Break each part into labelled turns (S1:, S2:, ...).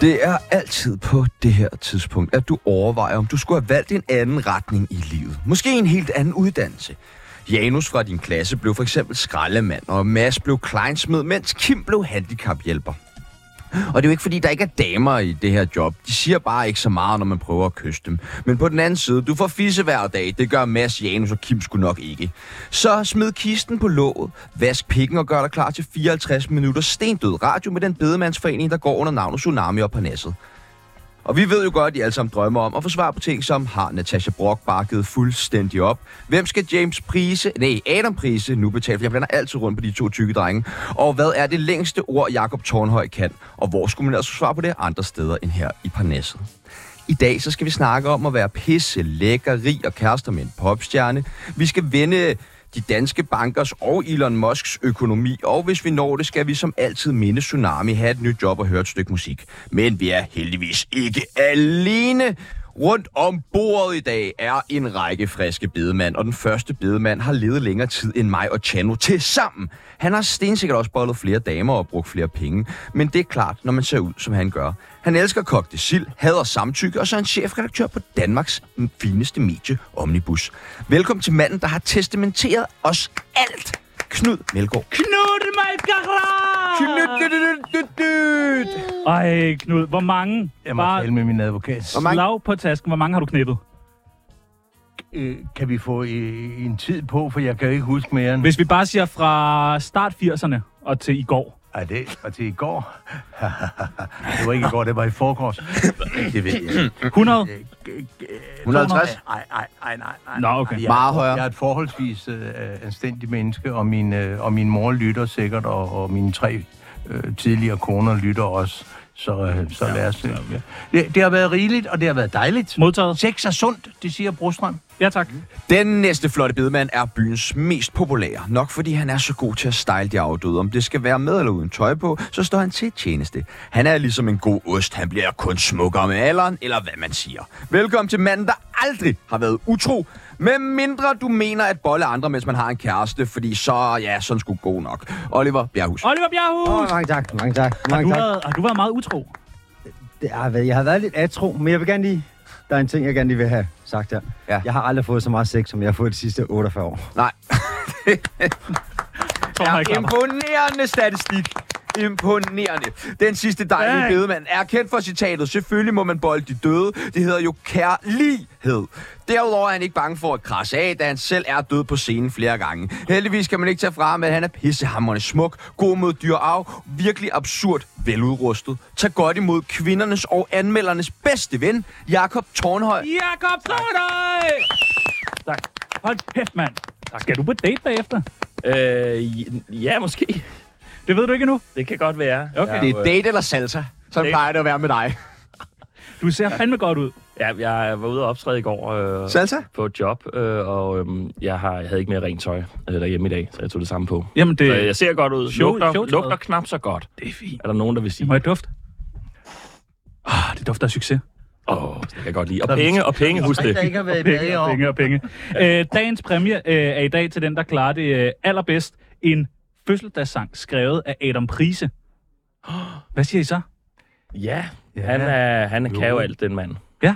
S1: Det er altid på det her tidspunkt, at du overvejer, om du skulle have valgt en anden retning i livet. Måske en helt anden uddannelse. Janus fra din klasse blev for eksempel skraldemand, og Mads blev kleinsmed, mens Kim blev handicaphjælper. Og det er jo ikke, fordi der ikke er damer i det her job. De siger bare ikke så meget, når man prøver at kysse dem. Men på den anden side, du får fisse hver dag. Det gør Mads, Janus og Kim sgu nok ikke. Så smid kisten på låget, vask pikken og gør dig klar til 54 minutter stendød radio med den bedemandsforening, der går under navnet Tsunami og Parnasset. Og vi ved jo godt, at I alle sammen drømmer om at få svar på ting som, har Natasha Brock bakket fuldstændig op? Hvem skal James Prise, nej, Adam Prise nu betale? For jeg blander altid rundt på de to tykke drenge. Og hvad er det længste ord, Jakob Tornhøj kan? Og hvor skulle man altså svare på det andre steder end her i Parnasset? I dag så skal vi snakke om at være pisse, lækker, rig og kærester med en popstjerne. Vi skal vende de danske bankers og Elon Musks økonomi, og hvis vi når det, skal vi som altid minde Tsunami have et nyt job og høre et stykke musik. Men vi er heldigvis ikke alene. Rundt om bordet i dag er en række friske bedemand, og den første bedemand har levet længere tid end mig og Chano til sammen. Han har stensikkert også bollet flere damer og brugt flere penge, men det er klart, når man ser ud, som han gør. Han elsker kogte sild, hader samtykke, og så er han chefredaktør på Danmarks fineste medie, Omnibus. Velkommen til manden, der har testamenteret os alt. Knud Melgaard.
S2: Knud Malgaard! Ej, Knud, hvor mange
S3: Jeg må
S2: var
S3: tale med min advokat.
S1: Hvor mange-
S2: slag på tasken? Hvor mange har du knippet?
S3: Øh, Kan vi få øh, en tid på, for jeg kan jo ikke huske mere end...
S2: Hvis vi bare siger fra start 80'erne og til i går.
S3: Ej, det var til i går. det var ikke i går, det var i forgårs. det ved jeg. ikke.
S2: 100?
S3: Øh, g- g-
S1: 150?
S3: Nej, nej, nej, nej. nej.
S2: Nå, okay.
S3: Jeg,
S1: Meget højere.
S3: Jeg er et forholdsvis øh, anstændigt menneske, og min, øh, og min mor lytter sikkert, og, og mine tre øh, tidligere koner lytter også. Så, øh, så lad os... Øh, det, det har været rigeligt, og det har været dejligt.
S2: Modtaget?
S3: Sex er sundt, det siger Brostrøm.
S2: Ja, tak.
S1: Den næste flotte bedemand er byens mest populære. Nok fordi han er så god til at style de afdøde. Om det skal være med eller uden tøj på, så står han til tjeneste. Han er ligesom en god ost. Han bliver kun smukkere med alderen, eller hvad man siger. Velkommen til manden, der aldrig har været utro. Med mindre du mener at bolle andre, mens man har en kæreste, fordi så, ja, sådan skulle god nok. Oliver Bjerghus.
S2: Oliver Bjerghus!
S4: oh, Mange tak, mange tak,
S2: Har du,
S4: mange tak.
S2: været, har du været meget utro?
S4: Det har været, jeg har været lidt atro, men jeg vil gerne lige... Der er en ting, jeg gerne lige vil have sagt her.
S1: Ja.
S4: Ja. Jeg har aldrig fået så meget sex, som jeg har fået de sidste 48 år.
S1: Nej.
S2: Tror jeg ikke, Klammer.
S1: Imponerende statistik. Imponerende. Den sidste dejlige
S2: Dang.
S1: bedemand er kendt for citatet. Selvfølgelig må man bolde de døde. Det hedder jo kærlighed. Derudover er han ikke bange for at krasse af, da han selv er død på scenen flere gange. Heldigvis kan man ikke tage fra ham, at han er pissehammerende smuk, god mod dyr og arv, virkelig absurd veludrustet. Tag godt imod kvindernes og anmeldernes bedste ven, Jakob Tornhøj.
S2: Jakob Stornøj! Tak. Hold kæft, mand. Skal du på date bagefter?
S5: Øh, ja, måske.
S2: Det ved du ikke endnu.
S5: Det kan godt være.
S2: Okay.
S1: Det er date eller salsa. Så
S5: Date.
S1: plejer det at være med dig.
S2: Du ser fandme godt ud.
S5: Ja, jeg var ude og optræde i går øh,
S1: Salsa?
S5: på et job, øh, og øh, jeg, har, jeg havde ikke mere rent tøj øh, derhjemme i dag, så jeg tog det samme på.
S2: Jamen, det,
S5: Så jeg ser godt ud.
S2: Show-
S5: lugter,
S2: showtøjet.
S5: lugter knap så godt.
S2: det er fint.
S5: Er der nogen, der vil sige?
S2: Må jeg dufte? Ah, det dufter af succes.
S5: Åh, det kan jeg godt lide. Og penge, og penge, husk
S3: Tre,
S5: det.
S3: der ikke har været i bad i
S2: penge, og
S3: år.
S2: penge og penge. Øh, dagens præmie øh, er i dag til den, der klarer det øh, allerbedst. En fødselsdagssang skrevet af Adam Prise. Hvad siger I så?
S5: Ja,
S3: Ja.
S5: han, er, han kan jo alt, den mand.
S2: Ja,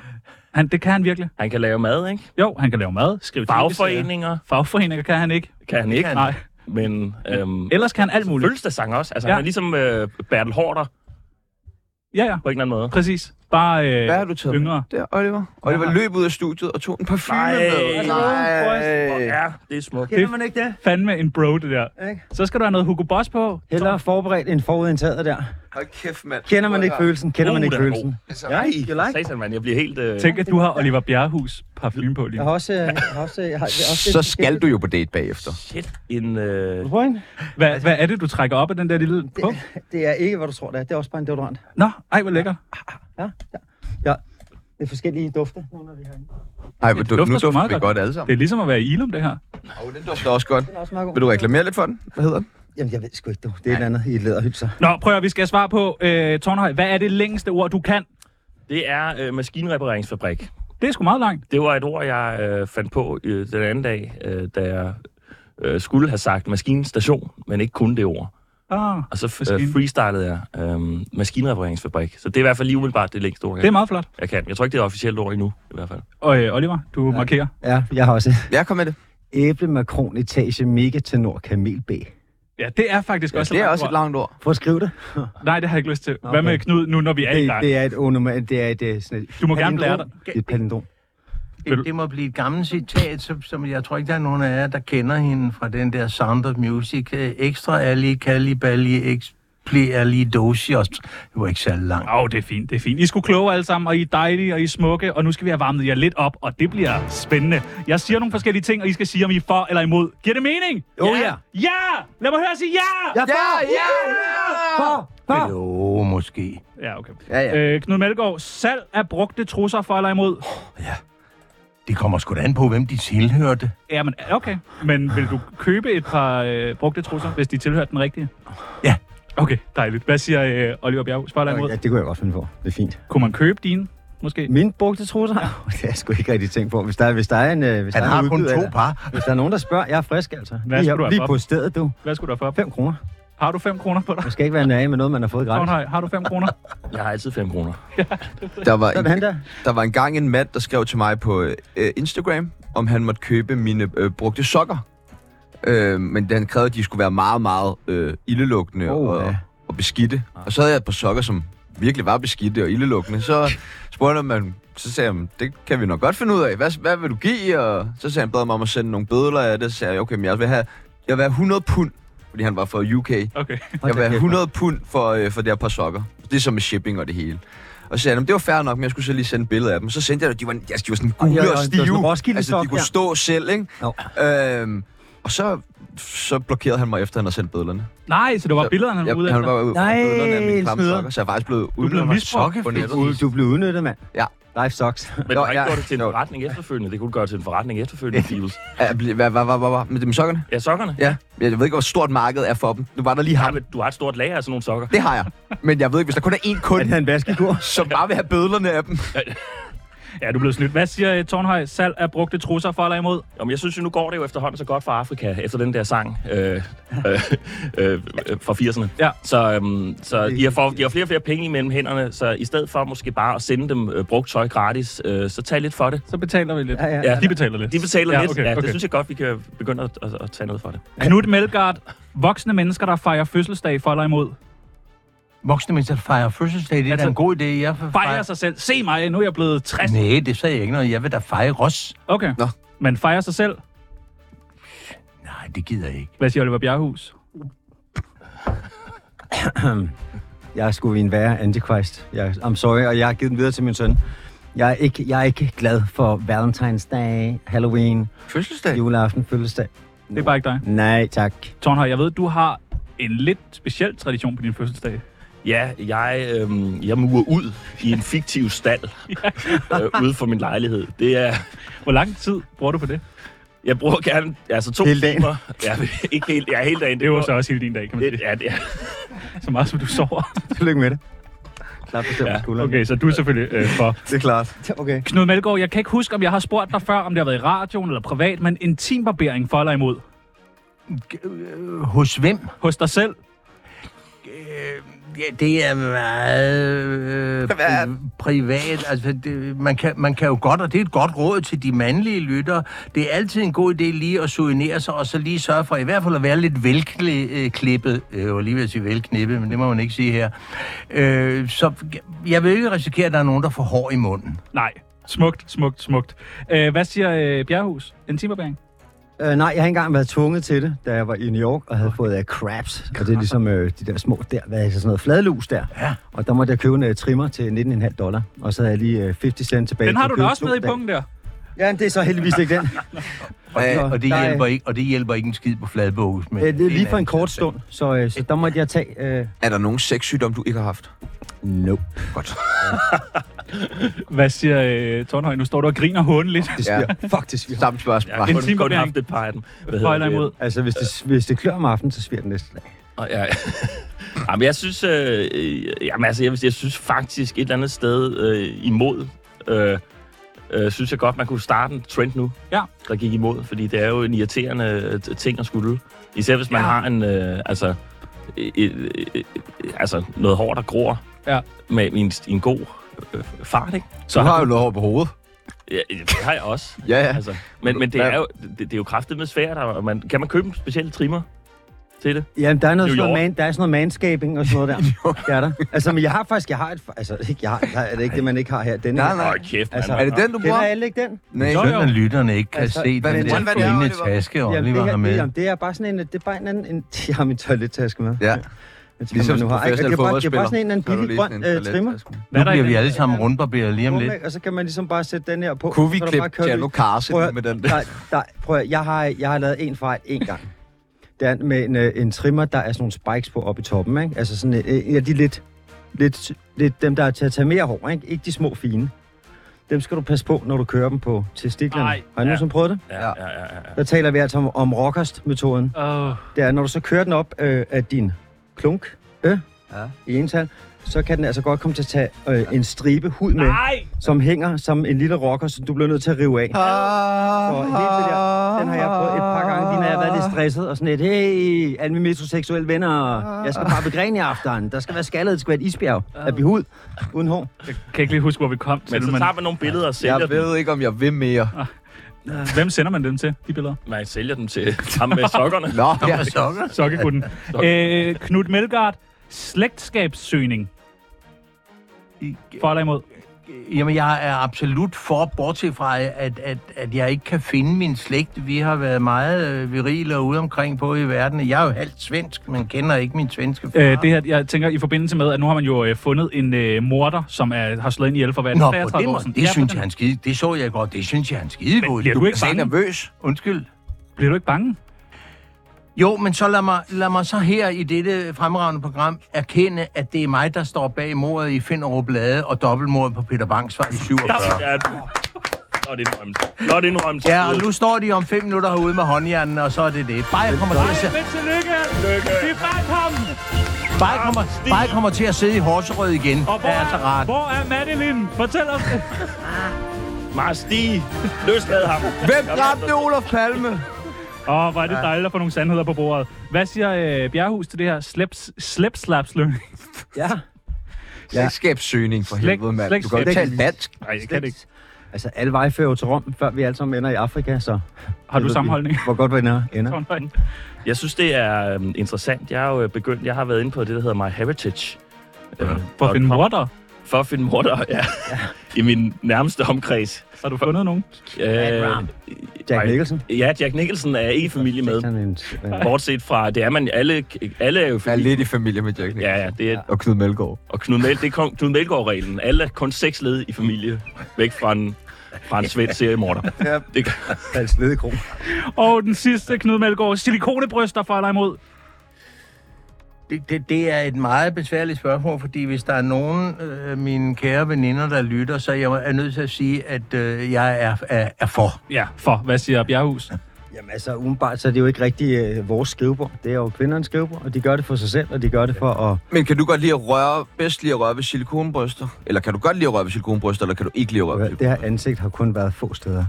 S2: han, det kan han virkelig.
S5: Han kan lave mad, ikke?
S2: Jo, han kan lave mad, skrive tv-serier.
S5: Fagforeninger
S2: Fagforeninger kan han ikke.
S5: kan han ikke,
S2: Nej.
S5: men øhm,
S2: Ellers kan han alt muligt.
S5: fødselsdagssang også. Altså,
S2: Ja.
S5: ja. han er ligesom øh, Bertel Hårder
S2: Ja, ja,
S5: på en eller anden måde.
S2: præcis. Bare øh,
S1: Hvad har du taget med?
S2: yngre.
S1: Der, Oliver. Oliver løb ud af studiet og tog en parfume
S5: Nej.
S1: med. Nej.
S5: Ja, det er smukt.
S4: Kender man ikke det?
S2: Fandme en bro, det der.
S4: Ikke?
S2: Så skal du have noget Hugo Boss på.
S4: Hellere forberedt end forudindtaget der.
S1: Hold kæft, mand.
S4: Kender man ikke følelsen? Kender man
S5: Oh,
S4: ikke
S5: den er
S4: følelsen?
S1: Altså,
S4: Ja, you like?
S5: Satan, mand, jeg bliver helt... Øh...
S2: Tænk, at du har Oliver Bjerrehus parfume på lige
S4: Jeg
S2: nu.
S4: har også... øh, Jeg har også, jeg har, jeg har også
S1: Så skal du jo på date bagefter.
S5: Shit, en... Øh...
S4: Point.
S2: Hvad, hvad er det, du trækker op af den der lille pung?
S4: Det er ikke, hvad du tror, det er. Det er også bare en deodorant.
S2: Nå, ej, hvor lækker.
S4: Ja, ja. ja. Det er forskellige dufte. Nogle af de herinde.
S1: Ej, men du,
S2: dufter
S1: nu
S2: sgu
S1: dufter
S2: meget
S1: vi godt.
S2: godt.
S1: alle sammen.
S2: Det er ligesom at være i Ilum, det her.
S1: Oh, den dufter også godt.
S4: Den er også meget god.
S1: Vil du reklamere lidt for den? Hvad hedder den?
S4: Jamen, jeg ved sgu ikke, du. Det er et andet i et læderhylser.
S2: Nå, prøv at vi skal have svar på, øh, Tornhøj, hvad er det længste ord, du kan?
S5: Det er øh, maskinrepareringsfabrik.
S2: Det er sgu meget langt.
S5: Det var et ord, jeg øh, fandt på øh, den anden dag, øh, da jeg øh, skulle have sagt maskinstation, men ikke kun det ord.
S2: Ah,
S5: Og så øh,
S2: Maskine.
S5: freestylede jeg øhm, maskinrepareringsfabrik. Så det er i hvert fald lige umiddelbart det længste ord,
S2: det er
S5: jeg,
S2: meget flot.
S5: jeg kan. Jeg tror ikke, det er officielt ord endnu, i hvert fald.
S2: Og øh, Oliver, du ja. markerer.
S4: Ja, jeg har også
S1: Jeg kom med det.
S4: æble, makron, etage, mega, tenor, kamel, B.
S2: Ja, det er faktisk
S1: Ja,
S2: også
S1: det er
S2: langt
S1: også et
S2: ord.
S1: langt ord.
S4: Prøv at skrive det.
S2: Nej, det har jeg ikke lyst til.
S4: Nå,
S2: Hvad med
S4: okay.
S2: Knud nu, når vi er i
S4: Det,
S2: gang?
S4: det er et onoma, det er et, øh, sådan et
S2: Du må gerne lære dig.
S4: palindrom. Det er et palindrom.
S2: Vil du-
S3: Det, det må blive et gammelt citat, som, som jeg tror ikke, der er nogen af jer, der kender hende fra den der Sound of Music. Øh, Ekstra ali, kalibali, expli ali, dosios. Det var ikke særlig langt.
S2: Åh, oh, det er fint, det er fint. I skulle kloge alle sammen, og I er dejlige, og I er smukke, og nu skal vi have varmet jer lidt op, og det bliver spændende. Jeg siger nogle forskellige ting, og I skal sige, om I er for eller imod. Giver det mening?
S4: Jo, ja.
S2: Ja! Lad mig høre sige ja!
S4: Ja,
S1: Ja,
S4: far!
S1: ja!
S4: Far! Far!
S3: Jo, måske.
S2: Ja, okay.
S1: Ja, ja.
S2: Øh, Knud Melgaard, salg af brugte trusser for eller imod?
S3: Det kommer sgu da an på, hvem de tilhørte.
S2: Ja, men okay. Men vil du købe et par øh, brugte trusser, hvis de tilhørte den rigtige?
S3: Ja.
S2: Okay, dejligt. Hvad siger øh, Oliver Bjerghus for eller imod?
S4: Ja, det kunne jeg godt finde på. Det er fint.
S2: Kunne man købe dine, måske?
S4: Min brugte trusser? Det har jeg sgu ikke rigtig tænkt på. Hvis der, hvis der er en... øh, Hvis
S3: Han
S4: der er
S3: har
S4: en
S3: kun
S4: udbyder
S3: to
S4: der-
S3: par.
S4: Hvis der er nogen, der spørger, jeg er frisk altså.
S2: Hvad
S4: lige,
S2: skal du have
S4: lige
S2: for?
S4: på stedet, du.
S2: Hvad skulle der for?
S4: 5 kroner.
S2: Har du 5 kroner på dig?
S4: Man skal ikke være nær med noget, man har fået gratis.
S2: Tornhøj, har du 5 kroner?
S5: Jeg har altid 5 kroner.
S1: Der var,
S4: Så er
S1: en,
S4: det han der.
S1: der var engang en mand, der skrev til mig på øh, Instagram, om han måtte købe mine øh, brugte sokker. Øh, men han krævede, at de skulle være meget, meget øh, ildelugtende
S4: Åh,
S1: og,
S4: ja.
S1: og beskidte. Og så havde jeg et par sokker, som virkelig var beskidte og ildelugtende. Så spurgte man, så sagde han, det kan vi nok godt finde ud af. Hvad, hvad vil du give? Og så sagde han, bad mig om at sende nogle bødler af det. Så sagde jeg, okay, men jeg vil have, jeg vil have 100 pund, fordi han var fra UK.
S2: Okay.
S4: Hold
S1: Jeg
S4: da
S1: vil have
S4: kæft,
S1: 100 pund for, øh, for det her par sokker. Det er så med shipping og det hele. Og så sagde han, "Jamen, det var fair nok, men jeg skulle så lige sende et billede af dem. Så sendte jeg det, de var, altså, de var sådan
S4: ja,
S1: gule
S4: det var
S1: og
S4: sådan en
S1: stive.
S4: Roskilde
S1: Altså, de
S4: sok,
S1: kunne
S4: ja.
S1: stå selv, ikke?
S4: Jo.
S1: Øhm, og så, så blokerede han mig efter, han havde sendt billederne.
S2: Nej, så det var billederne, han var
S1: Jeg,
S2: ude
S1: han
S2: efter.
S1: var ude
S4: Nej,
S1: billederne af mine
S4: en
S1: klamme
S4: snyder.
S1: sokker, så jeg er faktisk blevet
S2: blev
S1: uden at
S2: misbrugt.
S1: sokke på nettet.
S4: Du, du blev udnyttet, mand.
S1: Ja.
S4: Life sucks.
S5: Men
S1: Nå,
S5: du har ikke
S1: ja.
S5: gjort det til
S1: Nå.
S5: en forretning efterfølgende. Det kunne du gøre til en forretning efterfølgende, Fields.
S1: Ja, ble- Hvad hvad- hvad- hvad var med dem sokkerne?
S5: Ja, sokkerne.
S1: Ja, jeg ved ikke, hvor stort markedet er for dem. Nu var der lige
S5: Ja,
S1: ham.
S5: men du har et stort lager af sådan nogle sokker.
S1: Det har jeg. Men jeg ved ikke, hvis der kun er én
S4: Han
S1: kunde,
S4: havde en vaskekur.
S1: som bare vil have bødlerne af dem.
S2: Ja, du blev snydt. Hvad siger uh, Tornhøj? Salg af brugte trusser for eller imod?
S5: Jamen, jeg synes jo, nu går det jo efterhånden så godt for Afrika, efter den der sang øh, øh, øh, øh, fra 80'erne.
S2: Ja.
S5: Så, øhm, så de, har for, de har flere og flere penge imellem hænderne, så i stedet for måske bare at sende dem øh, brugt tøj gratis, øh, så tag lidt for det.
S2: Så betaler vi lidt.
S4: Ja, ja.
S5: Ja.
S2: De betaler lidt.
S5: De betaler
S2: ja,
S5: lidt.
S2: Okay,
S5: ja,
S2: okay.
S5: Det synes jeg godt, vi kan begynde at, at, at tage noget for det.
S2: Knut Melgaard, voksne mennesker, der fejrer fødselsdag for eller imod.
S3: Voksne mennesker fejrer fødselsdag, det er
S2: Altså,
S3: da en god idé. Jeg
S2: Fejrer sig selv. Se mig, nu er jeg blevet 60.
S5: Altså-
S3: Nej, det sagde jeg ikke noget. Jeg vil da fejre os.
S2: Okay.
S1: Nå.
S2: Men fejrer sig selv.
S3: Nej, det gider jeg ikke.
S2: Hvad siger Oliver Bjerghus?
S4: Jeg er sgu en værre antikrist. Jeg, I'm sorry, og jeg har givet den videre til min søn. Jeg er ikke, jeg er ikke glad for Valentine's Day, Halloween,
S1: Fødselsdag?
S4: juleaften, fødselsdag.
S2: Det er bare ikke dig.
S4: Nej, tak.
S2: Tornhøj, jeg ved, du har en lidt speciel tradition på din fødselsdag.
S5: Ja, jeg, øhm, jeg murer ud i en fiktiv stald øh, ude for min lejlighed. Det er,
S2: Hvor lang tid bruger du på det?
S5: jeg bruger gerne altså to
S4: Hele dagen.
S5: timer. Ja, ikke helt, ja, hele dagen.
S2: Det er jo
S5: går-
S2: så også hele din dag, kan man
S5: Det,
S2: sige.
S5: ja, det er,
S2: Så meget som du sover.
S4: Tillykke med det. Klap bestemt ja, skulderen.
S2: Okay, så du er selvfølgelig øh, for.
S1: Det er klart.
S4: okay.
S2: Knud Melgaard, jeg kan ikke huske, om jeg har spurgt dig før, om det har været i radioen eller privat, men intimbarbering for eller imod?
S3: Øh, Hos hvem?
S2: Hos dig selv?
S3: Øh, ja, det er meget øh,
S1: Privat.
S3: pri- privat. Altså, det, man, kan, man kan jo godt, og det er et godt råd til de mandlige lyttere, det er altid en god idé lige at sugenere sig, og så lige sørge for i hvert fald at være lidt velklippet. Øh, Jeg var lige ved at sige velknippet, men det må man ikke sige her. Øh, så jeg vil ikke risikere, at der er nogen, der får hår i munden.
S2: Nej. Smukt, smukt, smukt. Øh, hvad siger øh, Bjerghus? Intimbarbering?
S4: Øh, nej, jeg har ikke engang været tvunget til det, da jeg var i New York og havde fået uh, crabs. Og det er ligesom øh, de der små der, hvad er det, sådan noget fladlus der.
S3: Ja.
S4: Og der måtte jeg købe en uh, trimmer til 19,5 dollar. Og så havde jeg lige uh, 50 cent tilbage.
S2: Den
S4: til
S2: har
S4: at
S2: du da
S4: købe
S2: også
S4: to
S2: med i
S4: dage.
S2: punkten der.
S4: Ja, men det er så heldigvis ikke den.
S3: Og det,
S1: Øh,
S4: Nå,
S3: og det,
S4: der er-
S3: hjælper, ikke, og det hjælper ikke en skid på fladbogus. Men
S4: Øh, det er lige for en
S3: anden
S4: kort
S3: sag.
S4: stund, så, øh, så der måtte jeg tage... Øh,
S1: Er der nogen sexsygdom, du ikke har haft?
S4: no.
S2: Hvad siger øh, Tornhøj? Nu står du og griner håndeligt.
S4: Det
S1: Ja.
S4: sviger. Ja. Fuck, det sviger.
S1: Samme spørgsmål.
S5: jeg har
S2: En
S5: kun, kun
S2: timbarbering.
S5: haft et par af dem. Hvad
S2: For
S5: hedder
S2: eller
S5: det?
S2: imod?
S4: Altså, hvis det, hvis det klør om aftenen, så sviger det næste dag.
S5: Og ja. Jamen, jeg synes, øh, øh, jamen, altså, jeg, vil sige, jeg synes faktisk et eller andet sted øh, imod. Øh, øh, synes jeg godt, man kunne starte en trend nu,
S2: Ja.
S5: der gik imod. Fordi det er jo en irriterende øh, t- ting at skulle. Især hvis man
S2: Ja.
S5: har en, øh, altså, øh, øh, øh, altså noget hår, der gror
S2: Ja.
S5: med i en, i en god øh, fart, ikke?
S1: Så du har jo noget hår på hovedet.
S5: Ja, det har jeg også.
S1: Ja, ja.
S5: Altså, men, men det er jo, det, det er jo kraftet med svært, og man, kan man købe en speciel trimmer til det?
S4: Jamen, der er, noget,
S5: New
S4: sådan noget,
S5: York.
S4: man, der er sådan noget manscaping og sådan noget der. det er der. Altså, men jeg har faktisk, jeg har et... Altså, ikke, jeg har, der er det ikke det, man ikke har her. Den
S1: Nej,
S4: her.
S1: nej.
S5: Åh, kæft, mand.
S4: Altså,
S1: Er det den, du
S4: Kender
S1: bruger?
S4: alle ikke den?
S1: Nej.
S2: Jo,
S3: Sådan
S2: jo.
S3: at lytterne ikke kan
S4: Altså,
S3: altså, se
S1: hvad-
S3: den
S1: hvordan var
S3: der
S1: det,
S3: fine
S1: Oliver?
S3: taske,
S4: Jamen, det,
S3: Oliver har
S4: her, det,
S3: med.
S4: jamen, det er bare sådan en... Det er bare en anden... En, jeg har min toilettaske med.
S1: Ja,
S4: Jeg tænker,
S1: ligesom
S4: man nu har. Ej, Det
S1: professionel
S4: er bare, det er
S1: fodboldspiller.
S4: bare sådan en eller
S1: Så er du
S4: anden billig
S1: lige
S4: grøn
S1: sådan en
S4: øh, trimmer.
S1: toilettasken.
S2: Hvad
S3: Nu
S2: er der i
S3: bliver vi
S2: den?
S3: alle sammen rundbarberet lige om lidt.
S4: Og så kan man ligesom bare sætte den her på.
S1: Kunne vi
S4: så er der bare
S1: klippe
S4: kørt
S1: Gianlu
S4: ud.
S1: Carse
S4: Prøv at-
S1: med den der?
S4: Nej, nej, prøv at, jeg har, jeg har lavet en fejl en gang. Det er med en, øh, en trimmer, der er sådan nogle spikes på oppe i toppen, ikke? Altså sådan, øh, en af de lidt, lidt, lidt dem, der er til at tage mere hår, ikke? Ikke de små fine. Dem skal du passe på, når du kører dem på testiklerne.
S2: Ej,
S4: har I nogensinde prøvet det?
S5: Ja, ja, ja. ja.
S4: Der taler vi altså om, om rockerst-metoden.
S2: Åh,
S4: Det er, når du så kører den op øh, af din klunk, øh,
S1: Ja.
S4: i ental, så kan den altså godt komme til at tage øh, en stribe hud med,
S5: Nej!
S4: som hænger som en lille rocker, som du bliver nødt til at rive af. Og hele det der, den har jeg prøvet et par gange, lige når jeg har været lidt stresset og sådan lidt, hey, alle mine metroseksuelle venner, jeg skal bare begrene i aftenen, der skal være skaldet, det skal være et isbjerg af behud, uden hår.
S2: jeg kan ikke lige huske, hvor vi kom til,
S5: Men så
S2: men
S5: tager man nogle billeder og sælger
S1: Jeg
S5: dem.
S1: ved ikke, om jeg vil mere.
S2: hvem sender man dem til, de billeder?
S5: Man sælger dem til ham med sokkerne.
S1: Nå, ja.
S2: Sokkekutten. øh, Knud Melgaard, slægtskabssøgning. For eller imod?
S3: Jamen, jeg er absolut for, bortset fra, at, at, at jeg ikke kan finde min slægt. Vi har været meget øh, virile og ude omkring både i verden. Jeg er jo halvt svensk, men kender ikke min svenske far.
S2: Øh, det her, jeg tænker i forbindelse med, at nu har man jo øh, fundet en øh, morder, som er, har slået ind ihjel for hvad? er det,
S3: Nå, på
S2: 33
S3: det,
S2: år
S3: måde,
S2: siden?
S3: det
S2: Ja, på
S3: synes
S2: den
S3: jeg, han skide. Det så jeg godt. Det synes jeg, han skide
S2: måde.
S3: godt.
S2: Bliver du ikke
S1: Er I
S2: bange?
S1: nervøs?
S3: Undskyld.
S2: Bliver du ikke bange?
S3: Jo, men så lad mig, lad mig så her i dette fremragende program erkende, at det er mig, der står bag mordet i Finderup Blade og dobbeltmordet på Peter Bangsvej i 47.
S5: Ja. Flot indrømmelse. Flot indrømmelse.
S3: Ja, og nu står de om fem minutter herude med håndjernen, og så er det det. Bare jeg kommer til at se...
S2: Men tillykke! Vi fandt ham!
S3: Bare jeg kommer, bare jeg kommer til at sidde i Horserød igen.
S2: Og hvor
S3: Det er så
S2: er,
S3: rart.
S2: hvor er Madeline? Fortæl os det.
S5: Mars Stig, løslad ham.
S1: Hvem dræbte Olof Palme?
S2: Åh, hvor er det dejligt at få nogle sandheder på bordet. Hvad siger øh, Bjerrehus til det her slæbslapsløgning?
S4: Ja.
S1: Slægtskabssøgning for
S2: Slægt-
S1: helvede, mand. Du kan jo
S2: slægt-
S1: ikke tale dansk.
S2: Nej, jeg kan det ikke.
S4: Altså, alle veje fører jo til Rom, før vi alle sammen ender i Afrika, så...
S2: Har du sammenholdning?
S4: Hvor godt vi ender. ender.
S5: Jeg synes, det er øhm, interessant. Jeg har jo øh, begyndt, jeg har været inde på det, der hedder My Heritage. Øh,
S2: For at finde morder.
S5: for at finde morder, ja. I min nærmeste omkreds.
S2: Har du fundet nogen?
S5: Øh,
S4: Jack
S5: nej.
S4: Nicholson.
S5: Ja, Jack Nicholson er ikke i familie med.
S4: Sådan en-
S5: Bortset fra, det er man alle, alle er jo i
S1: Jeg er
S5: familie.
S1: lidt i familie med Jack
S5: Ja, ja, det er,
S1: Og Knud Melgaard.
S5: og Knud, Mel, det er kon- Knud Melgaard-reglen. Alle er kun seks led i familie, væk fra en, fra en svensk seriemorder.
S4: Ja.
S5: Det,
S4: Falsk ledekro.
S2: Og den sidste, Knud Melgaard. Silikonebryster for eller imod?
S3: Det, det, det er et meget besværligt spørgsmål, fordi hvis der er nogen af øh, mine kære veninder, der lytter, så er jeg er nødt til at sige, at øh, jeg er, er, er for.
S2: Ja, for. Hvad siger Bjerrehus?
S4: Jamen altså, umiddelbart, så er det jo ikke rigtig øh, vores skrivebord. Det er jo kvindernes skrivebord, og de gør det for sig selv, og de gør det for at...
S1: Men kan du godt lide at røre, bedst lide at røre ved silikonbryster? Eller kan du godt lide at røre ved silikonbryster, eller kan du ikke lide at røre ved
S4: Det her ansigt har kun været få steder.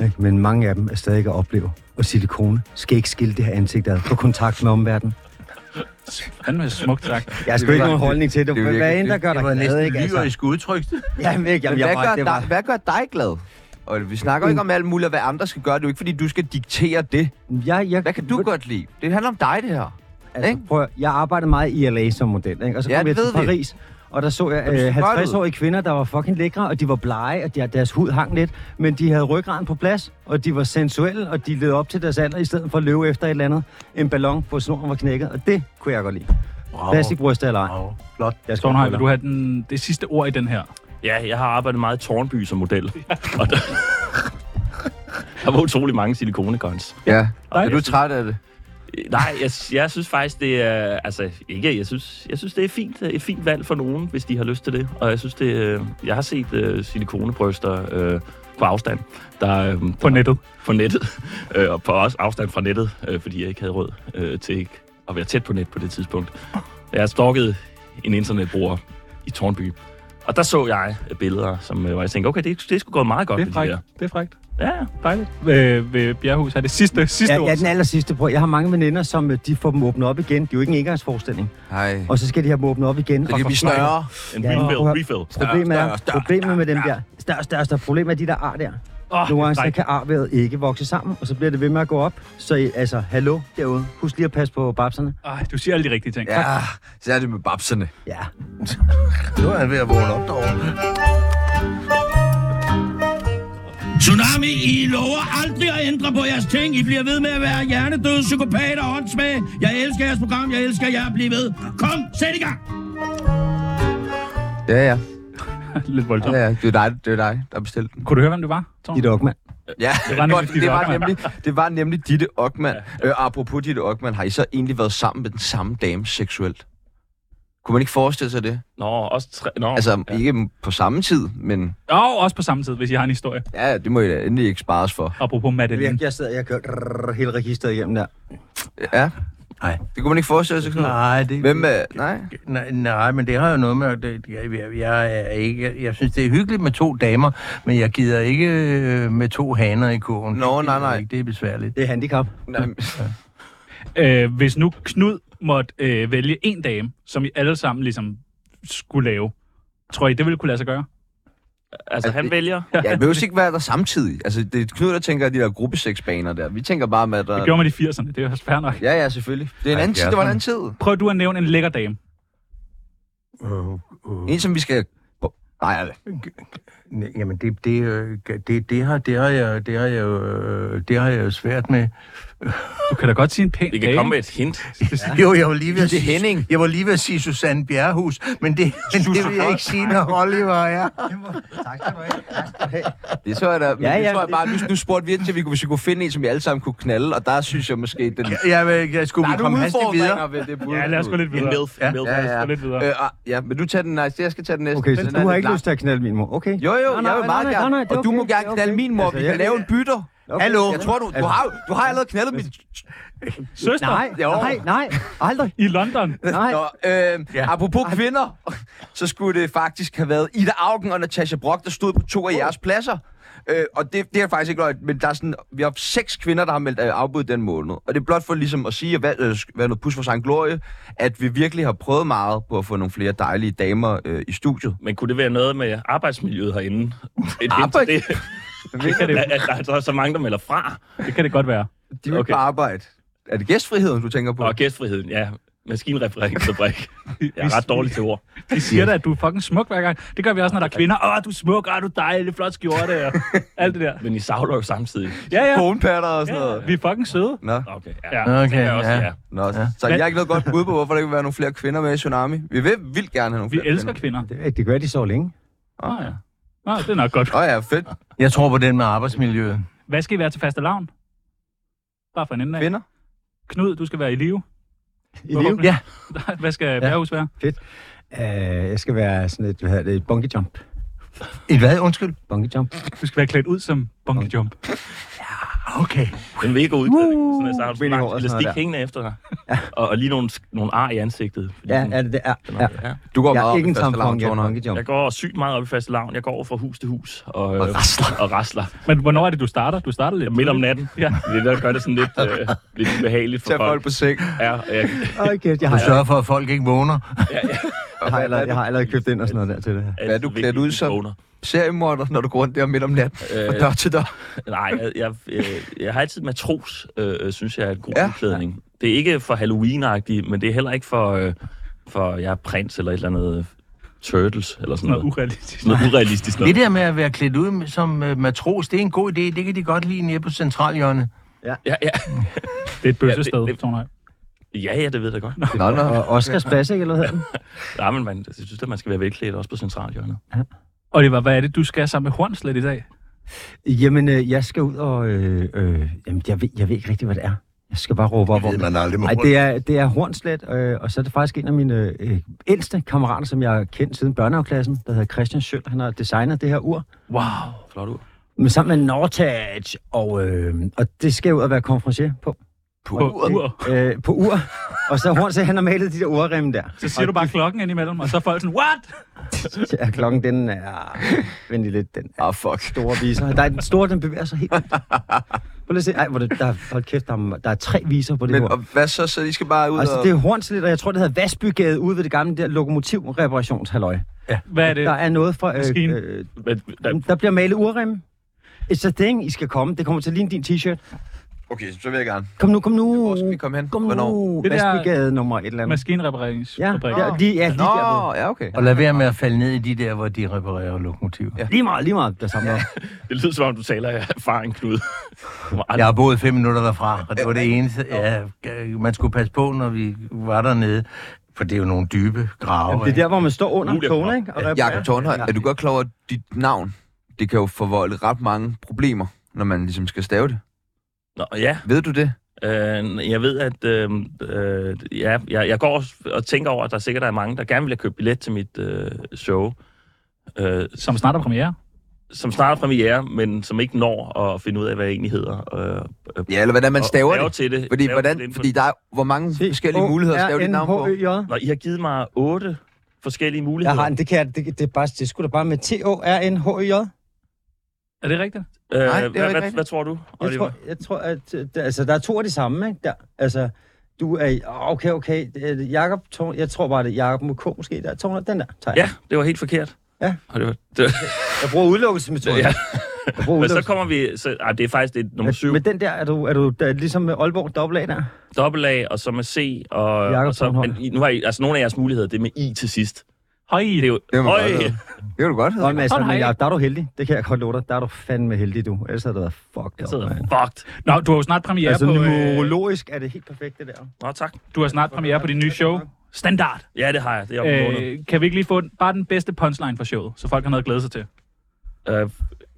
S4: Ikke? Men mange af dem er stadig at opleve. Og silikone skal ikke skille det her ansigt ad på kontakt med omverdenen.
S2: Han er smukt sagt.
S4: Jeg har sgu ikke nogen holdning til det.
S1: Det er virkelig-
S4: Hvad end der gør
S3: Jeg
S4: dig
S3: var
S4: glad,
S3: næsten
S4: ikke? Altså,
S3: lyrisk udtrykt.
S4: jamen, ikke, jamen,
S1: Men
S4: jeg
S1: hvad,
S4: var,
S1: gør
S4: det var,
S1: dig, hvad gør dig glad? Og vi snakker jo ikke om alt muligt, og hvad andre skal gøre. Det er jo ikke, fordi du skal diktere det.
S4: jeg, jeg,
S1: Hvad kan du godt lide? Det handler om dig, det her.
S4: Altså,
S1: Ikke?
S4: prøv, at- jeg arbejdede meget i LA som model, ikke? og så
S1: Ja,
S4: kom jeg
S1: det
S4: til
S1: ved vi.
S4: Paris, og der så jeg
S1: Og du
S4: øh,
S1: så godt ud.
S4: 50-årige kvinder, der var fucking lækre, og de var blege, og de, deres hud hang lidt, men de havde ryggraden på plads, og de var sensuelle, og de levede op til deres alder, i stedet for at løbe efter et eller andet. En ballon, hvor snoren var knækket, og det kunne jeg godt lide. Plastikbryster eller ej.
S3: Bravo. Flot.
S4: Jeg skal
S2: Stornhøj,
S4: holde
S2: vil
S4: dig.
S2: du have den, det sidste ord i den her?
S5: ja, jeg har arbejdet meget i Tårnby som model. Og der, der var utrolig mange silikoneguns.
S1: Ja.
S5: Nej,
S1: er du
S5: jeg synes-
S1: træt af det?
S5: Øh, Nej, jeg, jeg synes faktisk, det er... Altså, ikke, jeg synes, jeg synes det er fint, øh, et fint valg for nogen, hvis de har lyst til det. Og jeg synes, det... øh, Jeg har set øh, silikonebryster øh, på afstand. Der, øh,
S2: På nettet.
S5: på nettet, øh, og på også afstand fra nettet, øh, fordi jeg ikke havde råd øh, til ikke at være tæt på net på det tidspunkt. Jeg stalkede en internetbruger i Tornby, Og der så jeg billeder, som, øh, hvor jeg tænkte, okay, det, det skulle gå meget godt
S2: Det er
S5: med de
S2: frækt.
S5: der.
S2: Det er frækt.
S5: Ja, ja.
S2: Dejligt. Øh, ved Bjerghus er det sidste, sidste
S4: Ja,
S2: ord.
S4: ja, den aller sidste, prøv. Jeg har mange veninder, som øh, de får dem åbnet op igen. Det er jo ikke en engangsforestilling.
S1: Hej.
S4: Og så skal de have dem åbnet op igen.
S1: Så
S4: og
S1: kan vi
S4: for smøger.
S1: snøre.
S5: En
S4: Ja,
S5: refill,
S4: prøv at-
S5: refill.
S4: Problemet
S1: Større,
S4: er,
S1: større,
S4: problemet med dem der, større, større, større, problemet er de der ar der.
S2: Åh,
S4: Nogle gange så
S2: dejligt.
S4: kan arværet ikke vokse sammen, og så bliver det ved med at gå op. Så I- altså, hallo derude. Husk lige at passe på babserne.
S2: Ej, du siger alle de rigtige ting.
S1: Ja, så er det med babserne.
S4: Ja.
S3: Nu er han ved at vågne op derovre.
S6: Tsunami, I lover aldrig at ændre på jeres ting. I bliver ved med at være hjernedøde, psykopater og åndssvage. Jeg elsker jeres program, jeg elsker jer. Bliv ved. Kom, sæt i gang.
S1: Ja, ja.
S2: Lidt voldsomt.
S1: ja, ja. Det er dig, det er dig der bestilte den.
S2: Kunne du høre, hvem det var, Torben?
S4: Dit Ockmann.
S1: Ja,
S2: Det var nemlig
S1: godt,
S2: Ditte
S1: det, var
S2: Okman.
S1: nemlig, det var nemlig Ditte Ockmann. Øh, apropos Ditte Ockmann, har I så egentlig været sammen med den samme dame seksuelt? Kunne man ikke forestille sig det?
S5: Nå, også tre... Nå,
S1: Altså,
S5: ja.
S1: ikke på samme tid, men
S2: Og også på samme tid, hvis I har en historie.
S1: ja, det må I da endelig ikke spares for.
S2: Apropos Madeline.
S4: Jeg, jeg sidder, jeg kører hele registeret igennem der.
S1: Ja.
S3: Nej.
S1: Det kunne man ikke forestille sig. Knud.
S3: Nej, det...
S1: Hvem er... Nej.
S3: Nej, nej, men det har jo noget med... at- Det, jeg, jeg, jeg, er ikke, jeg, jeg synes, det er hyggeligt med to damer, men jeg gider ikke øh, med to haner i kurven.
S1: Nå,
S3: Det gider
S1: nej, nej.
S3: jeg Ikke, det er besværligt.
S4: Det er handicap.
S1: nej.
S2: Øh, hvis nu Knud måtte øh, vælge en dame, som I alle sammen ligesom skulle lave, tror I, det ville kunne lade sig gøre?
S5: altså han vælger...
S1: Ja, det behøver ikke være der samtidig. Altså, det er Knud, der tænker de der gruppesexbaner der. Vi tænker bare med, at
S2: Det
S1: der...
S2: gjorde man i 80'erne, det er jo fair nok.
S1: Ja, ja, selvfølgelig. Det er en anden tid, det var en anden tid.
S2: Prøv du at nævne en lækker dame.
S3: Uh, uh.
S1: En, som vi skal... Nej, nej.
S3: Jamen, det, det, øh, det, det, har, det, har jeg, det, har jeg, jo, øh, det har jeg jo svært med.
S2: Du kan da godt sige en pæn
S5: Vi kan
S2: dame.
S5: komme med et hint.
S3: Ja. Jo, jeg var lige ved at
S1: Det er
S3: sige-
S1: Henning.
S3: Jeg var lige ved at sige Susanne Bjerrehus, men det, men det vil jeg ikke sige, når Oliver er.
S4: Tak skal du have.
S1: Det tror jeg da. Men
S4: Ja,
S1: ja, ja,
S4: ja,
S1: det tror jeg
S4: det-
S1: bare, nu, nu spurgte vi ind til, vi kunne, hvis vi kunne finde en, som vi alle sammen kunne knalde, og der synes jeg måske, den... Der
S3: Jeg, jeg, jeg skulle
S1: er
S3: vi komme
S1: nogle
S3: hastigt
S1: udfordringer
S3: videre.
S1: ved det bud.
S2: Ja, lad os gå lidt
S5: En
S2: videre.
S5: milf.
S3: Ja.
S5: En milf.
S1: Ja,
S2: Lad os gå
S1: ja.
S2: lidt videre.
S1: Øh, ah, ja, men du tager den næste. Jeg skal tage den næste.
S4: Okay, så
S1: den
S4: du har ikke
S1: lang.
S4: lyst til at knalde min mor. Okay.
S1: Jo, jo,
S4: nej,
S1: jeg vil
S4: nej,
S1: meget
S4: nej,
S1: gerne.
S4: nej, det er
S1: Og du
S4: okay,
S1: må
S4: det er
S1: gerne knalde
S4: okay.
S1: min mor.
S4: Altså,
S1: Vi kan
S4: jeg-
S1: lave en bytter.
S4: Okay.
S3: Hallo?
S1: Jeg tror, du, du,
S4: Altså-
S1: har, du har allerede knaldet mit...
S2: Søster
S4: Nej,
S1: Jo.
S4: nej, nej. Aldrig.
S2: i London.
S4: Nej.
S1: Nå, øh, ja. apropos kvinder, så skulle det faktisk have været Ida Augen og Natasha Brock, der stod på to
S4: Uh.
S1: af jeres pladser. Øh, og det, det er faktisk ikke løgn, men der er sådan, vi har haft seks kvinder, der har meldt øh, afbud den måned. Og det er blot for ligesom at sige, at hvad, øh, sk- hvad er noget pus for Sankt Glorie, at vi virkelig har prøvet meget på at få nogle flere dejlige damer øh, i studiet.
S5: Men kunne det være noget med arbejdsmiljøet herinde? Et hint
S1: Arbejde?
S5: til
S2: Det kan det,
S5: det, at, at der, der er så mange, der melder fra.
S2: det, kan det godt være.
S1: De vil okay.
S5: Okay.
S1: på arbejde. Er det gæstfriheden, du tænker på?
S5: Og gæstfriheden, ja. Maskinreferencefabrik. Jeg er ret dårlig til ord.
S2: De siger da, at du er fucking smuk hver gang. Det gør vi også, når der er kvinder. Åh, du er smuk, åh, du er dejlig, flot skjorte og alt det der.
S5: Men I savler jo samtidig.
S2: Ja, ja.
S1: Konepatter og sådan
S2: ja.
S1: noget.
S2: Vi er fucking søde.
S1: Nå,
S5: Okay,
S2: Ja.
S5: ja. Det kan jeg også, ja.
S1: nå ja. så jeg har ikke noget godt bud på, hvorfor der ikke vil være nogle flere kvinder med i Tsunami. Vi vil vildt gerne have nogle
S2: Vi
S1: flere
S2: elsker kvinder.
S4: Det, det gør de så længe.
S2: Åh, ja. Nå, det er nok godt.
S1: Åh oh, ja, fedt.
S3: Jeg tror på den med arbejdsmiljøet.
S2: Hvad skal I være til faste lavn? Bare for en ende af.
S1: Kvinder.
S2: Knud, du skal være i live.
S4: I live.
S2: Ja. Hvad skal Bjerghus være?
S4: Uh, jeg skal være sådan et, hvad hedder det, bungee jump.
S3: Et hvad? Undskyld.
S4: Bungee jump.
S2: Du skal være klædt ud som bungee jump.
S3: Okay.
S5: Den vil ikke udklædning. Sådan, at, så har du
S4: Vinding
S5: sådan
S4: over
S5: en
S4: og sådan noget
S5: elastik
S4: der.
S5: hængende efter dig. og, og lige nogle, nogle ar i ansigtet. Fordi
S4: Ja,
S5: sådan-
S4: ja, det er. Ja.
S1: Du
S5: ja.
S1: går
S4: Jeg
S1: Mhm. meget
S4: er
S1: op
S4: ikke
S1: i
S4: en
S1: faste
S4: tampon, jeg er en
S1: lavn,
S4: bungee jump.
S5: Jeg går sygt meget op i fast lavn. Jeg går over fra hus til hus og,
S1: Og
S5: øh,
S1: rasler.
S5: og rasler.
S2: Men hvornår er det, du starter? Du starter lidt.
S5: Midt om natten.
S2: Ja.
S5: Det er det, der gør det sådan lidt, øh, lidt ubehageligt for
S1: Tag folk
S5: folk.
S1: på seng.
S5: Ja, og jeg,
S4: Åh, kæft, jeg har,
S3: Og sørge for, at folk ikke vågner.
S4: jeg, har allerede, jeg har allerede købt ind og sådan noget der til det her.
S1: Hvad er du
S5: vigtigt,
S1: klædt ud
S5: at de
S1: som?
S5: vågner.
S1: Seriemorder, når du går rundt der midt om natten. Øh, fra dør til dør.
S5: Nej, jeg, jeg, øh, jeg har altid matros, øh, øh, synes jeg er en god
S1: Ja.
S5: ja. udklædning. Det er ikke for halloween men det er heller ikke for, øh, for jeg er prins eller et eller andet øh, turtles eller sådan
S2: Noget
S5: noget.
S2: urealistisk.
S5: Sådan noget urealistisk
S3: Det
S5: noget.
S3: der med at være klædt ud med- som øh, matros, det er en god idé. Det kan de godt lide nede på centralhjørnet.
S5: Ja, ja.
S2: Det er et bøssested,
S5: Ja,
S2: ja,
S5: det- det- ja, ja, det ved jeg godt.
S1: Nå, nå.
S4: Og Oscars plads, ikke? Eller hvad hedder den?
S5: Nej, men man, jeg synes, at man skal være velklædt også på centralhjørnet.
S2: Oliver, hvad er det, du skal sammen med Hornslet i dag?
S4: Jamen, øh, jeg skal ud og... Øh, øh, jamen, jeg ved, jeg ved ikke rigtig, hvad det er. Jeg skal bare råbe op om det.
S3: aldrig
S4: Nej, det er, det er Hornslet, øh, og så er det faktisk en af mine øh, ældste kammerater, som jeg har kendt siden børnehaveklassen, der hedder Christian Schøl. Han har designet det her ur.
S2: Wow.
S5: Flot ud.
S4: Men sammen med Nortage, og, øh, og det skal jeg ud og være konferencier på.
S1: På
S2: på
S1: uret.
S2: ur.
S4: øh, på ur. Og så Horn, så han har malet de der urremme der.
S2: Så siger du bare klokken ind imellem, og så er folk sådan, what?
S4: Ja, klokken, den er... Vent lige lidt, den
S1: Ah, fuck.
S4: store viser. Der er den store, den bevæger sig helt vildt. Prøv lige at se. Ej, hvor det, der, er- hold kæft, der er, der er tre viser på det
S1: Men
S4: ur.
S1: og hvad så? Så de skal bare ud
S4: Altså,
S1: og...
S4: det er Hornslet, og jeg tror, det hedder Vasbygade ude ved det gamle der lokomotivreparationshalløj.
S2: Hvad er det?
S4: Der er noget for... Øh,
S2: Maskine.
S4: øh,
S5: Men, der,
S4: der bliver malet urrem. It's a thing, I skal komme. Det kommer til at ligne din t-shirt.
S1: Okay, så vil jeg gerne.
S4: Kom nu, kom nu.
S1: Hvor skal vi komme hen?
S4: Kom
S1: Hvornår?
S4: nu.
S2: Det der-
S4: Vasbygade nummer et eller andet. Ja,
S2: Maskinrepareringsfabrik.
S4: ja, lige, ja, lige der.
S1: Nå, ja, okay.
S3: Og lad være med at falde ned i de der, hvor de reparerer lokomotiver.
S1: Ja.
S3: Ja.
S4: Lige meget, lige meget. Der samme ja.
S5: det lyder som om, du taler af erfaring, Knud. Du må
S3: Jeg
S5: aldrig-
S3: har boet fem minutter derfra, og det var det eneste. Ja, man skulle passe på, når vi var dernede, for det er jo nogle dybe grave.
S4: Jamen, det er
S3: ikke?
S4: der, hvor man står under
S5: Ulemper.
S4: togene, ikke? Og reparerer.
S1: Jakob Tornhøj, er du godt klar over, at dit navn, det kan jo forvolde ret mange problemer, når man ligesom skal stave det.
S5: Nå, ja.
S1: Ved du det?
S5: Øh, jeg ved, at øh, øh, ja, jeg, jeg går og- og tænker over, at der sikkert er mange, der gerne vil have købt billet til mit øh, show, øh,
S2: Som snart er premiere.
S5: som snart er premiere, men som ikke når at finde ud af, hvad det egentlig hedder. Øh, øh,
S1: Ja, eller hvordan man
S5: og
S1: staver
S5: lave
S1: det.
S5: til det.
S1: Fordi,
S5: Lave til
S1: hvordan,
S5: det
S1: fordi der er, hvor mange forskellige muligheder at stave dit navn på?
S4: C-O-R-N-H-Ø-J.
S5: Nå, I har givet mig otte forskellige
S4: Jeg
S5: muligheder.
S4: har en, det kan jeg, det, det, er bare, det skulle da bare med T-O-R-N-H-Ø-J.
S2: Er det rigtigt?
S5: Øh,
S1: Nej, det er
S5: hvad,
S1: jo ikke
S5: hvad,
S1: rigtigt.
S5: hvad tror du,
S4: Jeg
S5: Oliver?
S4: tror, jeg tror, at øh, der, altså, der er to af de samme, ikke? Der, altså, du er... Åh, Okay, okay. øh, Jakob Torn... Jeg tror bare, det er Jakob med K måske. Der er Torn, den der. Tager jeg.
S5: Ja, det var helt forkert.
S4: Ja.
S5: Og det var, det,
S4: Jeg bruger udelukkelsesmetoden.
S5: Ja.
S4: Jeg bruger
S5: men så
S4: udelukkelsesmetoden.
S5: kommer vi... Så, ej, det er faktisk det er nummer syv.
S4: Men den der, er du, er du der, er ligesom med Aalborg dobbelt A der?
S5: Dobbelt A, og så med C, og,
S4: Jakob
S5: og så...
S4: Tornhøj.
S5: Men I- nu har I, altså, nogle af jeres muligheder, det er med I til sidst.
S2: Høj,
S5: Det er jo...
S1: Det må
S5: Øj!
S1: godt hedde. Det kan du godt
S4: Nå,
S1: hedde.
S4: men, altså,
S2: Hold
S4: men
S2: da
S4: Jacob, der er du heldig. Det kan jeg godt love dig. Der er du fandme heldig, du. Ellers havde det været
S5: Jeg
S4: fucked up,
S5: sidder
S4: man.
S5: fucked.
S2: Nå, du har jo snart premiere
S4: Altså,
S2: på...
S5: øh,
S2: øh,
S4: numerologisk er det helt perfekt, det der.
S5: Nå, tak.
S2: du har snart premiere på dit nye show. Standard.
S5: Ja, det har jeg. Det er om en måned.
S2: Øh, kan vi ikke lige få den, bare den bedste punchline for showet, så folk har noget at glæde sig til?
S5: Øh,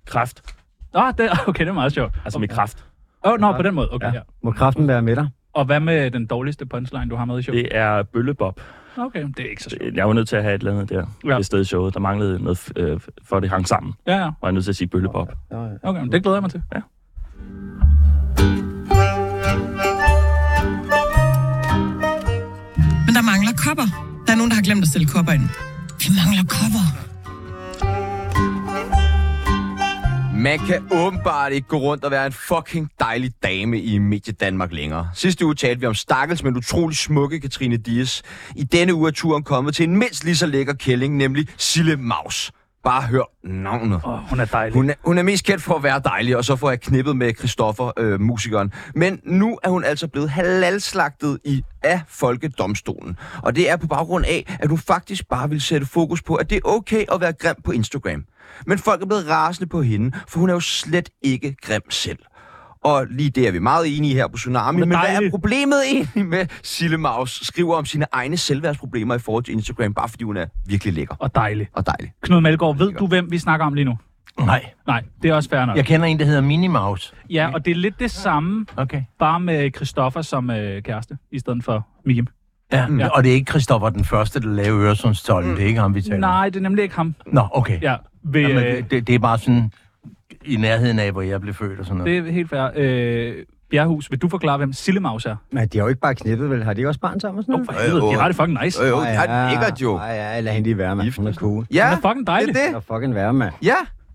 S5: kraft.
S2: Åh, det, okay, det er meget sjovt.
S5: Altså med kraft.
S2: Åh, oh, nå, på den måde. Okay, ja.
S5: Ja.
S2: her.
S4: Må kraften være med dig?
S2: Og hvad med den dårligste punchline, du har med i showet?
S5: Det er bøllebob.
S2: Okay, det er ikke så sjovt.
S5: Jeg var nødt til at have et eller andet der.
S2: Ja.
S5: Ja. Det sted i showet. Der manglede noget, f- øh, for at det hang sammen.
S2: Ja, ja.
S5: Var jeg nødt til at sige bøllebob.
S2: Okay, men det glæder jeg mig til.
S5: Ja.
S7: Men der mangler kopper. Der er nogen, der har glemt at stille kopper ind. Vi mangler kopper.
S1: Man kan åbenbart ikke gå rundt og være en fucking dejlig dame i Medie Danmark længere. Sidste uge talte vi om stakkels, men utrolig smukke Katrine Dias. I denne uge er turen kommet til en mindst lige så lækker kælling, nemlig Sille Maus. Bare hør navnet.
S2: Åh, oh, hun er dejlig.
S1: Hun er, hun er mest kendt for at være dejlig, og så får jeg knippet med Christoffer, øh, musikeren. Men nu er hun altså blevet halalslagtet i af Folkedomstolen. Og det er på baggrund af, at hun faktisk bare vil sætte fokus på, at det er okay at være grim på Instagram. Men folk er blevet rasende på hende, for hun er jo slet ikke grim selv. Og lige det er vi meget enige i her på Tsunami,
S2: Hun er
S1: men hvad er
S2: dejlig.
S1: problemet egentlig med Sille Maus skriver om sine egne selvværdsproblemer i forhold til Instagram, bare fordi hun er virkelig lækker
S2: Og dejlig.
S1: og dejlig.
S2: Knud Melgaard, ved du, hvem vi snakker om lige nu?
S3: Nej,
S2: Nej, det er også fair nok.
S3: jeg kender en, der hedder Minimaus.
S2: Ja, og det er lidt det samme,
S3: Okay.
S2: bare med Christoffer som øh, kæreste, i stedet for Mim.
S3: Ja. ja. Og det er ikke Christoffer den første, der lavede Øresundstollen. Det er ikke ham, vi taler om.
S2: Nej, det er nemlig ikke ham.
S3: Nå, okay.
S2: Ja, ved,
S3: Jamen,
S2: øh,
S3: det- det, det er bare sådan i nærheden af, hvor jeg blev født og sådan noget.
S2: det er helt fair. Øh, Bjerghus, vil du forklare, hvem Sillemaus er?
S4: Men de har jo ikke bare knippet, vel? Har de også barn sammen og sådan
S2: Nå,
S4: noget?
S2: for helvede,
S1: øh.
S2: det er ret fucking nice.
S1: Øh, jo, det har den ikke, jo.
S4: Ej, ja, lad hende lige være, mand. Hun er cool.
S1: Ja,
S2: Hun er fucking dejlig.
S1: Det er
S4: Hun
S1: det.
S4: er fucking være, mand.
S1: Ja.
S4: Jeg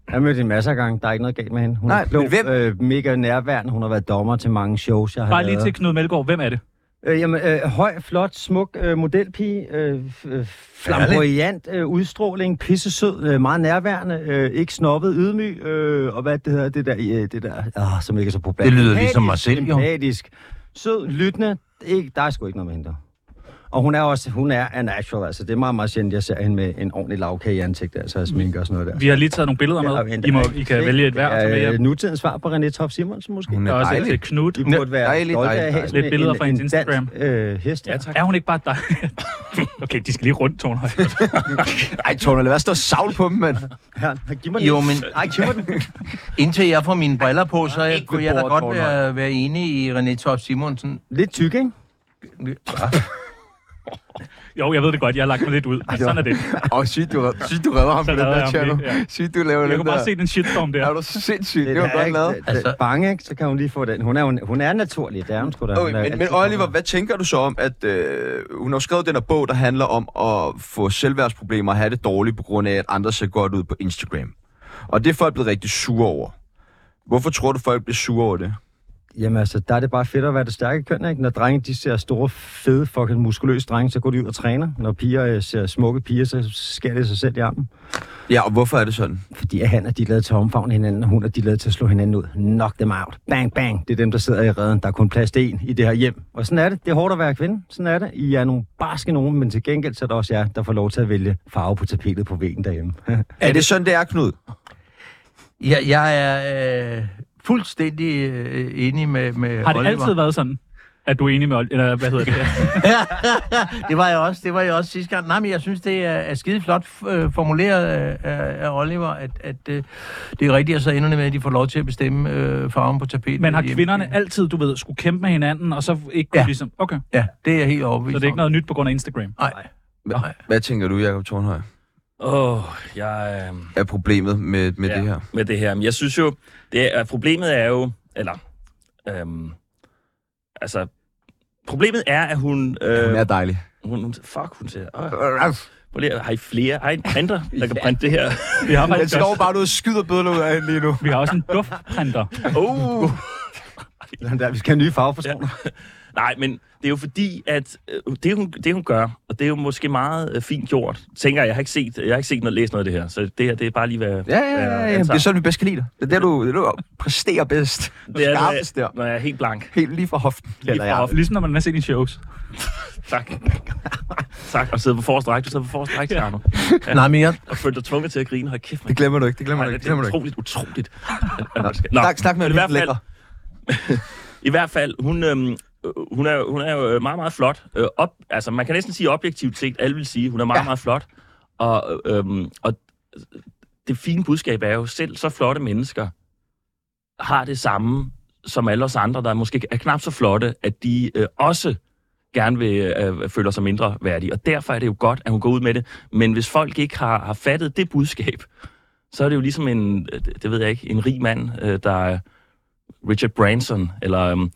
S4: har mødt hende masser af gange. Der er ikke noget galt med hende. Hun
S1: Nej,
S4: er klog,
S1: men hvem-
S4: Øh, mega nærværende. Hun har været dommer til mange shows, jeg har
S2: Bare lige
S4: lavet.
S2: til Knud Melgaard, hvem er det?
S4: Øh, jamen, øh, høj, flot, smuk øh, modelpige, øh, f- øh, flamboyant øh, udstråling, pissesød, øh, meget nærværende, øh, ikke snobbet, ydmyg, øh, og hvad det hedder, det der, øh, det der øh, som ikke er så populært.
S3: Det lyder ligesom mig selv, jo.
S4: Empatisk, sød, lyttende, ikke, der er sgu ikke noget med hende der. Og hun er også, hun er a natural, altså det er meget, meget sjældent, jeg ser hende med en ordentlig lavkage i ansigtet, altså sminke og sådan noget der.
S2: Vi har lige taget nogle billeder med.
S4: Ja, men-
S2: I, må, I kan vælge et hver, så vil
S4: Det er
S2: jeg
S4: øh, nutidens svar på René Top Simonsen måske.
S1: Hun
S2: der er også et
S1: dejlig.
S2: til Knud.
S4: De burde være
S1: dejlig,
S4: stolte af
S1: dejlig,
S4: at have
S1: dejlig.
S4: sådan
S2: Lidt billeder
S4: en-
S2: fra hendes
S4: en dansk,
S2: Instagram.
S4: øh, hest.
S5: Ja, tak.
S2: Er hun ikke bare dig? okay, de skal lige rundt, Tornhøj.
S1: Ej, Tone, lad være at stå og savle på dem, mand.
S4: Ja, giv mig den.
S3: Jo, men-
S4: Ej, giv mig den.
S3: Indtil jeg får mine briller på, så jeg, kunne jeg da
S1: bordet,
S3: godt være, være enig i René Torp Simonsen.
S4: Lidt tyk, ikke?
S2: Jo, jeg ved det godt. Jeg har lagt mig lidt ud. Men sådan er det.
S1: Åh, oh, sygt, du, sygt, du redder ham
S2: Så
S1: på den
S2: redder
S1: der
S2: jeg ham
S1: channel.
S2: lige, ja.
S1: Sygt, du laver
S2: Jeg
S1: den
S2: kunne bare
S1: der.
S2: se den shitstorm
S1: Er
S2: der.
S1: du sindssygt? Det,
S4: er
S1: var
S4: da
S1: godt
S4: ikke-
S1: lavet.
S4: det- det-
S2: Altså-
S4: Bange, ikke? Så kan hun lige få den. Hun er, hun, hun er naturlig, det er hun sgu da.
S1: Okay,
S4: Hun er
S1: men, men
S4: altid-
S1: Oliver, hvad tænker du så om, at øh, hun har skrevet den her bog, der handler om at få selvværdsproblemer og have det dårligt på grund af, at andre ser godt ud på Instagram? Og det er folk blevet rigtig sure over. Hvorfor tror du, folk bliver sure over det?
S4: Jamen altså, der er det bare fedt at være det stærke køn, ikke? Når drenge, de ser store, fede, fucking muskuløse drenge, så går de ud og træner. Når piger øh, ser smukke piger, så skærer det sig selv i armen.
S1: Ja, og hvorfor er det sådan?
S4: Fordi at han er de er lavet til at omfavne hinanden, og hun er de er lavet til at slå hinanden ud. Knock them out. Bang, bang. Det er dem, der sidder i redden. Der er kun plads til en i det her hjem. Og sådan er det. Det er hårdt at være kvinde. Sådan er det. I er nogle barske nogen, men til gengæld så er der også jer, der får lov til at vælge farve på tapetet på væggen derhjemme.
S1: Er det sådan, det er, Knud?
S3: Ja, jeg er øh, fuldstændig øh, enig med, med
S2: Har det
S3: Oliver.
S2: altid været sådan, at du er enig med Oliver? Eller hvad hedder det?
S3: det var jeg også, det var jeg også sidste gang. Nej, men jeg synes, det er, er skide flot øh, formuleret af, af- af Oliver, at, at øh, det er rigtigt, at så ender det med, at de får lov til at bestemme øh, farven på tapetet.
S2: Men har
S3: Jamen,
S2: kvinderne altid, du ved, skulle kæmpe med hinanden, og så ikke kunne
S3: Ja.
S2: ligesom... Okay,
S3: Ja, det er jeg helt overbevist
S2: så det er ikke
S3: om.
S2: noget nyt på grund af Instagram.
S3: Nej.
S1: Hvad, hvad tænker du, Jacob Tornhøj,
S5: Åh, oh, jeg... Øh...
S1: er problemet med, med ja.
S5: Ja,
S1: det her?
S5: Med det her. Men jeg synes jo, det er, problemet er jo, eller, øhm, altså, problemet er, at hun, øh,
S1: Hun er dejlig.
S5: hun, hun, fuck, hun siger, øh, prøv lige, at- har I flere, har I en printer, der kan printe det her?
S2: Vi har,
S1: Den
S2: faktisk
S1: står
S2: også,
S1: bare ud og skyder bødler ud af hende lige nu.
S2: vi har også en duftprinter.
S5: Oh.
S4: Sådan der, vi skal have nye farvepersoner.
S5: Nej, men det er jo fordi, at øh, det hun, det, hun gør, og det er jo måske meget øh, fint gjort, tænker jeg, jeg har ikke set, jeg har ikke set noget, læst noget af det her, så det her, det er bare lige, hvad,
S1: Ja, ja, ja. ja. Det er sådan, vi bedst kan lide dig. Det er det, du, det, er det, du præsterer bedst. Du
S5: det er,
S1: skarpest der.
S5: når, når jeg er helt blank.
S1: Helt lige fra hoften.
S5: Lige fra hoften.
S2: Ligesom når man har set dine shows.
S5: Tak. tak, og sidde på forreste række. Du sidder på forreste række, ja.
S3: Nej, men jeg,
S5: Og følte dig tvunget til at grine. Hold kæft, man.
S1: Det glemmer du ikke, det glemmer
S5: Nej,
S1: du ikke,
S5: det
S1: det
S5: er
S1: glemmer du ikke. Ah.
S5: utroligt, utroligt.
S1: Snak, snak med en
S5: men i hvert
S1: lidt
S5: fald,
S1: lækker.
S5: I hvert fald, hun, øhm, øh, hun, er, jo- hun er jo øh, meget, meget flot. Øh, op, altså, man kan næsten sige objektivt set, alle vil sige, hun er meget, ja. meget flot. Og, øh, øhm, og det fine budskab er jo, selv så flotte mennesker har det samme som alle os andre, der måske er knap så flotte, at de øh, også gerne vil øh, føler sig mindre værdige. Og derfor er det jo godt, at hun går ud med det. Men hvis folk ikke har, har fattet det budskab, så er det jo ligesom en, øh, det ved jeg ikke, en rig mand, øh, der er Richard Branson, eller øhm,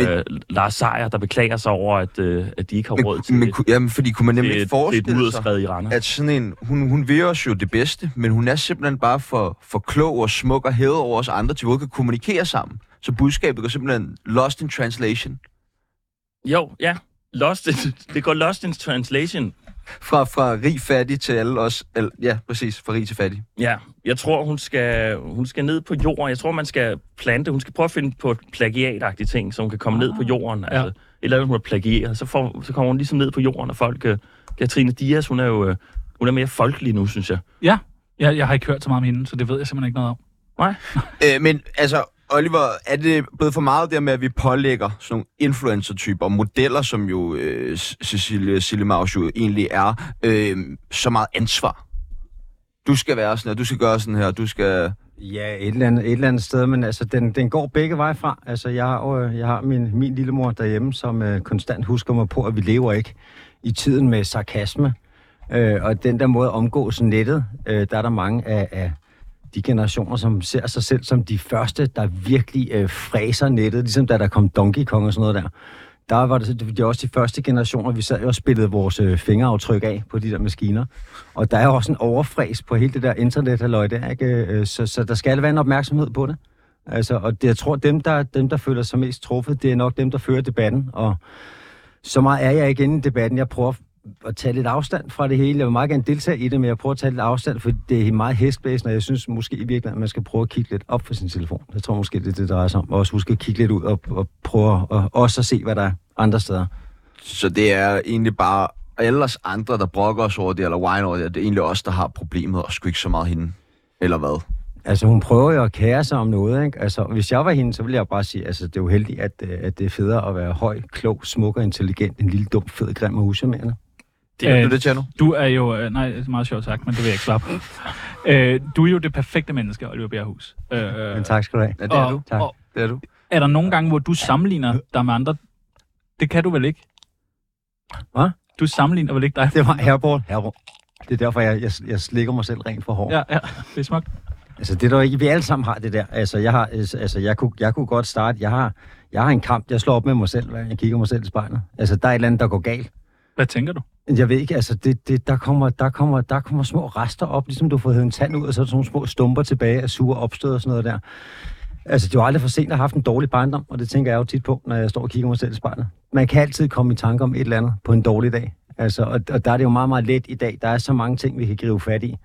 S5: øh, Lars Seier, der beklager sig over, at, øh, at de ikke har råd til
S1: Men, men, ku- jamen, fordi kunne man nemlig
S5: det,
S1: ikke
S5: det, det
S1: forestille sig,
S5: mudderskred i Randers.
S1: at sådan en, hun, hun vil os jo det bedste, men hun er simpelthen bare for, for klog og smuk og hævet over os andre, til vi kan kommunikere sammen. Så budskabet går simpelthen lost in translation.
S5: Jo, ja. Lost in, det går lost in translation.
S1: Fra, fra rig fattig til alle os. Al, ja, præcis. Fra rig til fattig.
S5: Ja, jeg tror, hun skal, hun skal ned på jorden. Jeg tror, man skal plante. Hun skal prøve at finde på et plagiatagtigt ting, så hun kan komme ned på jorden. Altså, Et eller andet, hun har plagieret. Så, får, så kommer hun ligesom ned på jorden, og folk... Øh, Katrine Dias, hun er jo øh, hun er mere folkelig nu, synes jeg.
S2: Ja, jeg, jeg har ikke hørt så meget om hende, så det ved jeg simpelthen ikke noget om.
S1: Øh, men altså, Oliver, er det blevet for meget der med, at vi pålægger sådan nogle influencer-typer og modeller, som jo øh, C- Cecilie Sillemaus jo egentlig er, øh, så meget ansvar? Du skal være sådan her, du skal gøre sådan her, du skal...
S4: Ja, et eller, andet, et eller andet sted, men altså, den, den går begge veje fra. Altså, jeg, har jo, øh, jeg har min, min lillemor derhjemme, som øh, konstant husker mig på, at vi lever ikke i tiden med sarkasme. Øh, og den der måde at omgås nettet, øh, der er der mange af, af de generationer, som ser sig selv som de første, der virkelig øh, fræser nettet, ligesom da der kom Donkey Kong og sådan noget der. Der var det, det var også de første generationer, vi sad jo og spillede vores øh, fingeraftryk af på de der maskiner. Og der er jo også en overfræs på hele det der internet der, ikke? Øh, Så, så der skal være en opmærksomhed på det. Altså, og det, jeg tror, dem der, dem, der føler sig mest truffet, det er nok dem, der fører debatten. Og så meget er jeg ikke inde i debatten. Jeg prøver at tage lidt afstand fra det hele. Jeg vil meget gerne deltage i det, men jeg prøver at tage lidt afstand, for det er meget hestblæsende, og jeg synes måske i virkeligheden, at man skal prøve at kigge lidt op for sin telefon. Jeg tror måske, det er det, det drejer sig om. Og også huske at kigge lidt ud og, og prøve at, også at se, hvad der er andre steder.
S1: Så det er egentlig bare alle os andre, der brokker os over det, eller whine over det, det er egentlig os, der har problemet, og sgu ikke så meget hende. Eller hvad?
S4: Altså, hun prøver jo at kære sig om noget, ikke? Altså, hvis jeg var hende, så ville jeg bare sige, altså, det er jo heldigt, at, øh, at det er federe at være høj, klog, smuk og intelligent, end lille, dum, fed, grim og usamærende.
S5: Det er
S1: Er det Tjerno?
S2: Øh, Du er jo... Øh, nej, det er meget sjovt sagt, men det vil jeg ikke svare på. øh, du er jo det perfekte menneske, Oliver Bjerghus. Øh, øh,
S4: Men tak skal du have.
S1: Ja, det er
S2: og,
S1: du.
S4: Tak.
S2: Og,
S1: Det er du.
S2: er der nogle gange, hvor du sammenligner dig med andre? Det kan du vel ikke?
S4: Hvad?
S2: Du sammenligner vel ikke dig?
S4: Det var herrebord. Herrebord. Det er derfor, jeg, jeg, jeg slikker mig selv rent for hår. Ja.
S2: Ja, ja, det er smukt.
S4: Altså, det er der jo ikke. Vi alle sammen har det der. Altså, jeg, har, altså, jeg, kunne, jeg kunne godt starte. Jeg har, jeg har en kamp. Jeg slår op med mig selv, hver gang jeg kigger mig selv i spejlet. Altså, der er et eller andet, der går galt.
S2: Hvad tænker du?
S4: Jeg ved ikke, altså, det, det, der, kommer, der, kommer, der kommer små rester op, ligesom du har fået hævet en tand ud, og så er der sådan nogle små stumper tilbage af sure opstød og sådan noget der. Altså, det er jo aldrig for sent at have haft en dårlig barndom, og det tænker jeg jo tit på, når jeg står og kigger mig selv i spejlet. Man kan altid komme i tanke om et eller andet på en dårlig dag. Altså, og, og der er det jo meget, meget let i dag. Der er så mange ting, vi kan gribe fat i.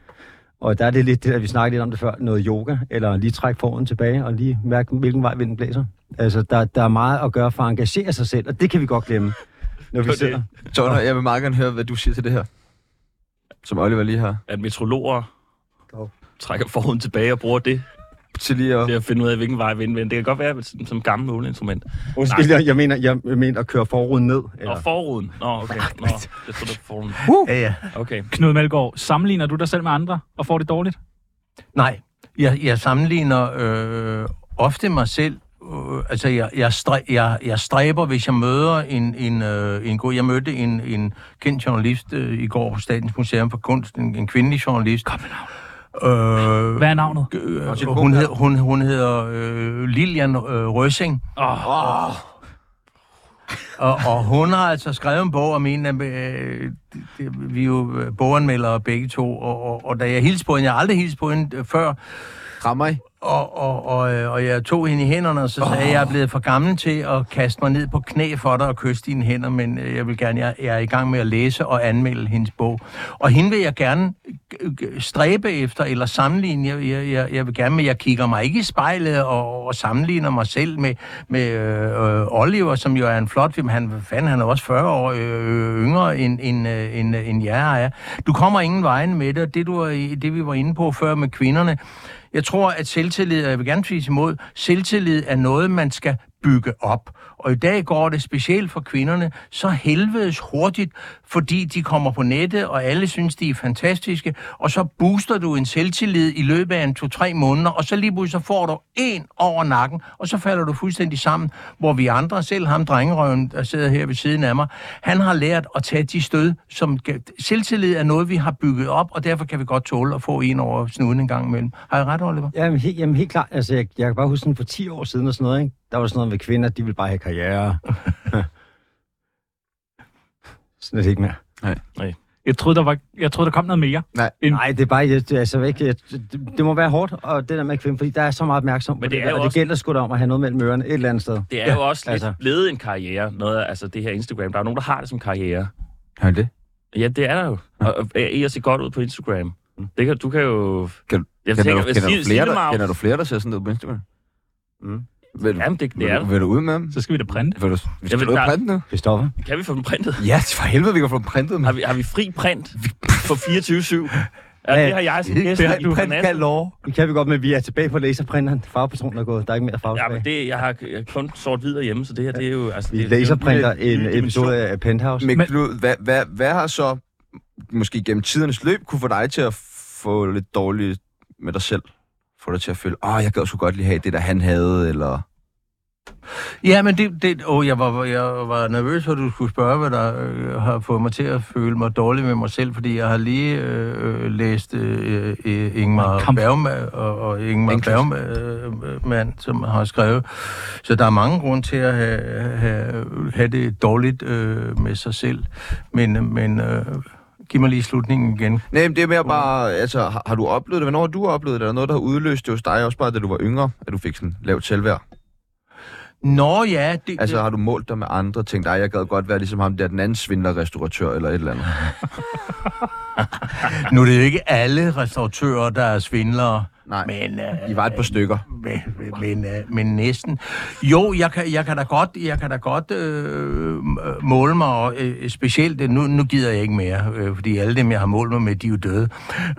S4: Og der er det lidt det, der vi snakkede lidt om det før, noget yoga, eller lige trække foran tilbage, og lige mærke, hvilken vej vinden blæser. Altså, der, der er meget at gøre for at engagere sig selv, og det kan vi godt glemme, når vi
S5: det.
S4: sidder.
S1: Tønder, jeg vil meget gerne høre, hvad du siger til det her. Som Oliver lige har.
S5: At metrologer
S4: Dog.
S5: trækker forhuden tilbage og bruger det
S1: Til lige at...
S5: til at finde ud af, hvilken vej vinden vender. Det kan godt være at som, som gammel måleinstrument.
S4: Undskyld, jeg, jeg, mener, jeg mener at køre forruden ned.
S5: Nå,
S4: Eller?
S5: forruden. Nå, okay. Nå, jeg tror, det er forruden.
S3: Ja, ja.
S5: Okay.
S2: Knud Melgaard, sammenligner du dig selv med andre og får det dårligt?
S3: Nej, jeg, jeg sammenligner øh, ofte mig selv. Øh, altså, jeg, jeg, stræ, jeg, jeg stræber, hvis jeg møder en, en, øh, en god... Jeg mødte en, en kendt journalist øh, i går på Statens Museum for Kunst, en, en kvindelig journalist. Kom med øh,
S2: Hvad er navnet?
S3: øh, hun, hed, hun, hun hedder øh, Lilian øh, Røsing.
S1: Oh,
S3: Og, og hun har altså skrevet en bog om en af... Øh, det- det- vi er jo øh, boganmeldere begge to, og, og, og da jeg hilste på hende, jeg har aldrig hilst på hende øh, før,
S1: rammer I?
S3: og, og, og, øh, og jeg tog hende i hænderne, og så sagde jeg, at jeg er blevet for gammel til at kaste mig ned på knæ for dig og kysse dine hænder, men øh, jeg vil gerne, jeg, jeg er i gang med at læse og anmelde hendes bog. Og hende vil jeg gerne øh, øh, stræbe efter eller sammenligne. Jeg, jeg, jeg, jeg vil gerne, men jeg kigger mig ikke i spejlet og, og sammenligner mig selv med, med øh, øh, Oliver, som jo er en flot film. Han, hvad fanden, han er også 40 år øh, yngre end, end, øh, end, øh, end jeg er. Du kommer ingen vejen med det, og det, du, er- det vi var inde på før med kvinderne, jeg tror, at selvtillid, og jeg vil gerne sige imod, selvtillid er noget, man skal bygge op. Og i dag går det specielt for kvinderne så helvedes hurtigt, fordi de kommer på nettet, og alle synes, de er fantastiske, og så booster du en selvtillid i løbet af en to-tre måneder, og så lige pludselig så får du en over nakken, og så falder du fuldstændig sammen, hvor vi andre, selv ham drengerøven, der sidder her ved siden af mig, han har lært at tage de stød, som selvtillid er noget, vi har bygget op, og derfor kan vi godt tåle at få en over snuden en gang imellem. Har jeg ret, Oliver?
S4: Jamen helt, jamen helt klart. Altså, jeg, jeg kan bare huske sådan for 10 år siden og sådan noget, ikke? Der var sådan noget med kvinder, de ville bare have karriere. sådan er det ikke mere.
S2: Jeg troede, der, var, jeg troede, der kom noget mere.
S4: En... Nej, det er bare, jeg, det er altså ikke, jeg, det, det, må være hårdt, og det der med kvinder, fordi der er så meget opmærksom på det,
S5: Men det
S4: det
S5: er
S4: der,
S5: jo
S4: og det
S5: også-
S4: gælder sgu da om at have noget mellem ørerne et eller andet sted.
S5: Det er jo også lidt
S4: altså.
S5: ledet en karriere, noget af altså det her Instagram. Der er jo nogen, der har det som karriere.
S1: Har I det?
S5: Ja, det er der jo. Og, og i at se godt ud på Instagram. Det kan, du kan jo...
S1: Kan-
S5: jeg
S1: Kender, du,
S5: tænker,
S1: kender, du flere, der, kender
S5: kender
S1: du flere, der ser sådan ud på Instagram?
S4: Mm.
S1: Vil,
S5: Jamen, det,
S1: vil,
S5: det er
S1: du,
S5: der.
S1: vil du ud med dem?
S2: Så skal vi da printe.
S1: Vil du, skal
S5: vil-
S1: du ud og
S5: der-
S1: printe nu?
S4: Christoffer?
S5: Kan vi få dem printet?
S1: Ja, for helvede, vi kan få dem printet.
S5: Har vi, har vi fri print på 24-7? Ja, det har jeg som gæst.
S2: det har du.
S5: Print kan
S4: lov. Det kan vi godt, men vi er tilbage på laserprinteren. Farvepatronen er gået. Der er ikke mere farve
S5: Ja,
S4: tilbage.
S5: men det, jeg har jeg har kun sort-hvid derhjemme, så det her, det er jo... Altså,
S4: Vi
S5: det, det er jo
S4: laserprinter
S5: en lille-
S4: en
S5: lille dimension.
S4: episode af Penthouse.
S1: Men
S2: Men-
S1: Knud, hvad, hvad, hvad har så måske gennem tidernes løb kunne få dig til at få lidt dårligt med dig selv? Få dig til at føle, åh, oh, jeg gad sgu godt lige have det, der han havde, eller...
S3: Ja, men det... det åh, jeg var, jeg var nervøs, for at du skulle spørge, hvad der øh, har fået mig til at føle mig dårlig med mig selv, fordi jeg har lige øh, øh, læst øh, øh, Ingmar
S2: Kamp.
S3: Bergman, og, og Ingmar
S1: Ingklint.
S3: Bergman, øh, mand, som har skrevet. Så der er mange grunde til at have, have, have det dårligt øh, med sig selv. Men, øh, men øh, giv mig lige slutningen igen.
S1: Nej, men det er mere bare, altså, har, har du oplevet det? Hvornår har du oplevet det? Er der noget, der har udløst det hos dig, også bare da du var yngre, at du fik sådan lavt selvværd?
S3: Nå ja, det,
S1: Altså, har du målt dig med andre og tænkt, ej, jeg gad godt være ligesom ham der, den anden svindler-restauratør eller et eller andet?
S3: nu er det jo ikke alle restauratører, der er svindlere.
S1: Nej.
S3: Men, øh,
S1: I var et par stykker.
S3: men, men, øh, men næsten. Jo, jeg kan, jeg kan da godt, jeg kan da godt øh, m- måle mig, og, øh, specielt, øh, nu, nu gider jeg ikke mere, øh, fordi alle dem, jeg har målt mig med, de er jo døde.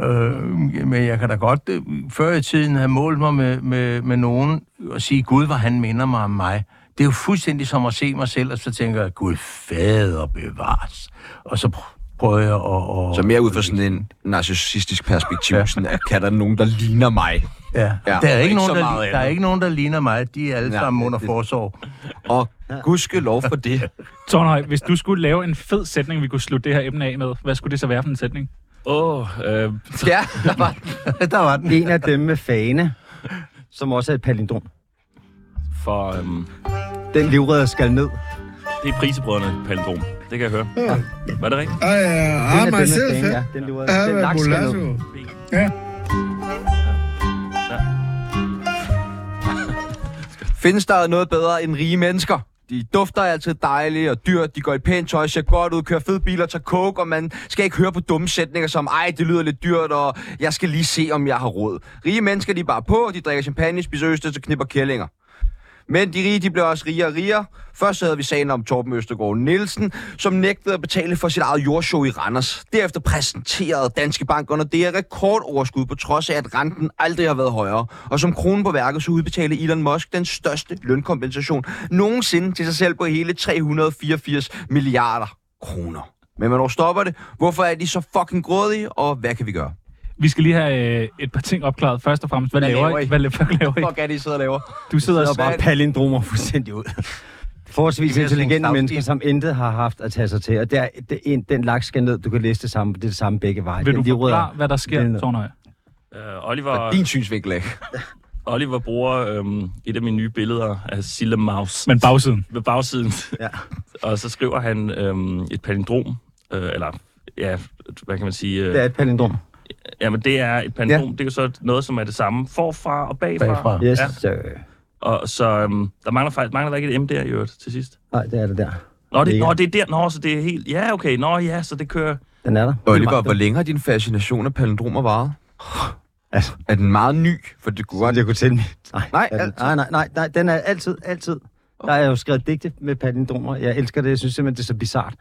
S3: Øh, men jeg kan da godt øh, før i tiden have målt mig med, med, med nogen og sige, Gud, hvor han minder mig om mig. Det er jo fuldstændig som at se mig selv, og så tænker jeg, Gud, fader bevares. Og så pr- prøver jeg at... at
S1: Så mere ud fra sådan en narcissistisk perspektiv, sådan, at kan der nogen, der ligner mig?
S3: Ja.
S1: Ja,
S3: Der, er
S1: og
S3: ikke
S1: ikke så
S3: nogen, der,
S1: meget
S3: der er
S1: andet.
S3: ikke nogen, der ligner mig. De er alle
S1: Nej,
S3: sammen
S1: det-
S3: under
S1: det-
S3: forsorg.
S1: Og Gudske lov for det.
S2: Tornhøj, hvis du skulle lave en fed sætning, vi kunne slutte det her emne af med, hvad skulle det så være for en sætning?
S5: Åh, oh, øh,
S1: Ja, der var
S3: Der var den.
S4: En af dem med fane, som også er et palindrom.
S5: for... Øhm,
S4: Den livredder skal ned.
S5: det er prisebrødrene palindrom. Det kan jeg høre. Var det rigtigt?
S8: Ej,
S4: Den
S8: ja,
S4: er
S8: ah, mig selv,
S4: fane,
S8: ja.
S4: ja. Den
S8: Jeg
S4: livredder.
S8: har
S4: Den
S8: været
S4: laks skal ned.
S8: gulasch,
S1: Findes der noget bedre end rige mennesker? De dufter altid dejlige og dyrt, de går i pænt tøj, ser godt ud, kører fede biler, tager coke, og man skal ikke høre på dumme sætninger som, ej, det lyder lidt dyrt, og jeg skal lige se, om jeg har råd. Rige mennesker, de er bare på, de drikker champagne, spiser østers og knipper kællinger. Men de rige, de blev også rigere og rigere. Først så havde vi sagen om Torben Østergaard Nielsen, som nægtede at betale for sit eget jordshow i Randers. Derefter præsenterede Danske Bank under det her rekordoverskud, på trods af, at renten aldrig har været højere. Og som kronen på værket, så udbetalte Elon Musk den største lønkompensation nogensinde til sig selv på hele 384 milliarder kroner. Men hvornår stopper det? Hvorfor er de så fucking grådige, og hvad kan vi gøre?
S2: Vi skal lige have øh, et par ting opklaret. Først og fremmest, hvad,
S1: Hvad
S2: laver,
S1: laver
S2: I?
S1: I?
S2: Hvad, la- hvad laver I?
S1: Fuck er det, I sidder og laver?
S2: Du sidder
S4: Der
S2: og
S4: er bare palindromer fuldstændig ud. Forholdsvis
S3: Det er sådan en
S4: intelligente
S3: stavstil.
S4: mennesker, som intet har haft at tage sig til. Og der, det, en, den laks skal ned, du kan læse det samme, det er det samme begge veje.
S2: Vil
S4: Den
S2: du
S4: livredder.
S2: forklare, hvad der
S4: Den-
S2: sker, Tornhøj?
S5: Øh, Oliver,
S1: Din synsvinkel ikke?
S5: Oliver bruger øhm, et af mine nye billeder af Silla Maus
S2: Men bagsiden.
S5: ved bagsiden.
S4: Ja.
S5: og så skriver han øhm, et palindrom, øh, eller ja, hvad kan man sige? Øh,
S4: Det er et palindrom.
S5: Jamen, det er et palindrom. Ja. Det er jo så noget, som er det samme forfra og bagfra.
S3: Bagfra.
S4: Yes,
S5: Ja.
S4: ja. øh,
S5: Og så øhm, der mangler faktisk mangler der ikke et M der i øvrigt til sidst.
S4: nej, det er det der.
S5: Nå, det,
S4: Mega.
S5: nå, det er der. Nå, så det er helt... Ja, okay. Nå, ja, så det kører...
S4: Den er der.
S1: Oliver, hvor længe har din fascination af palindromer varet?
S4: Altså,
S1: Er den meget ny? For det kunne godt...
S4: godt, jeg kunne tænde mit. Nej,
S1: Nej,
S4: er den,
S1: altid.
S4: nej, nej, nej, nej, den er altid, altid. Der er jo skrevet digte med palindromer. Jeg elsker det. Jeg synes simpelthen, det er så bizart.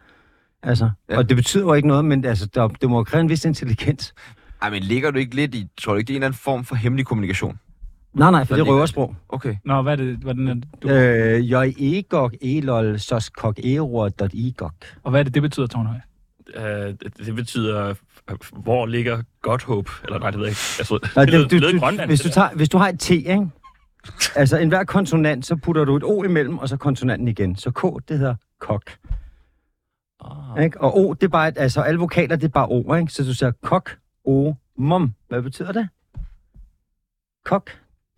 S4: Altså,
S1: Ja.
S4: ja. Og det betyder jo ikke noget, men altså, der, det må jo kræve en vis intelligens.
S1: Ej, men ligger du ikke lidt i... Tror du ikke, det er en eller anden form for hemmelig kommunikation?
S4: Nej, nej, for det er
S1: ligger-
S4: røversprog.
S1: Okay.
S2: Nå, hvad er det? Hvordan er det du,
S4: Øh, jeg egok, elol, soskok, eror, igok.
S2: Og hvad er det, det betyder, Tornhøj?
S5: Øh, det, det betyder, øh, hvor ligger Godthåb? Eller nej, det ved jeg ikke. Jeg troede,
S4: Nej,
S5: det,
S4: det,
S5: lød-
S4: du,
S5: lød i
S4: du,
S5: Grønland,
S4: hvis,
S5: det
S4: du
S5: der.
S4: tager, hvis du har et T, ikke? Altså, enhver konsonant, så putter du et O imellem, og så konsonanten igen. Så K, det hedder kok.
S5: Ah,
S4: Ikke? Og O, det er bare, et, altså alle vokaler, det er bare O, ikke? Så du siger kok, O, mom. Hvad betyder det? Kok,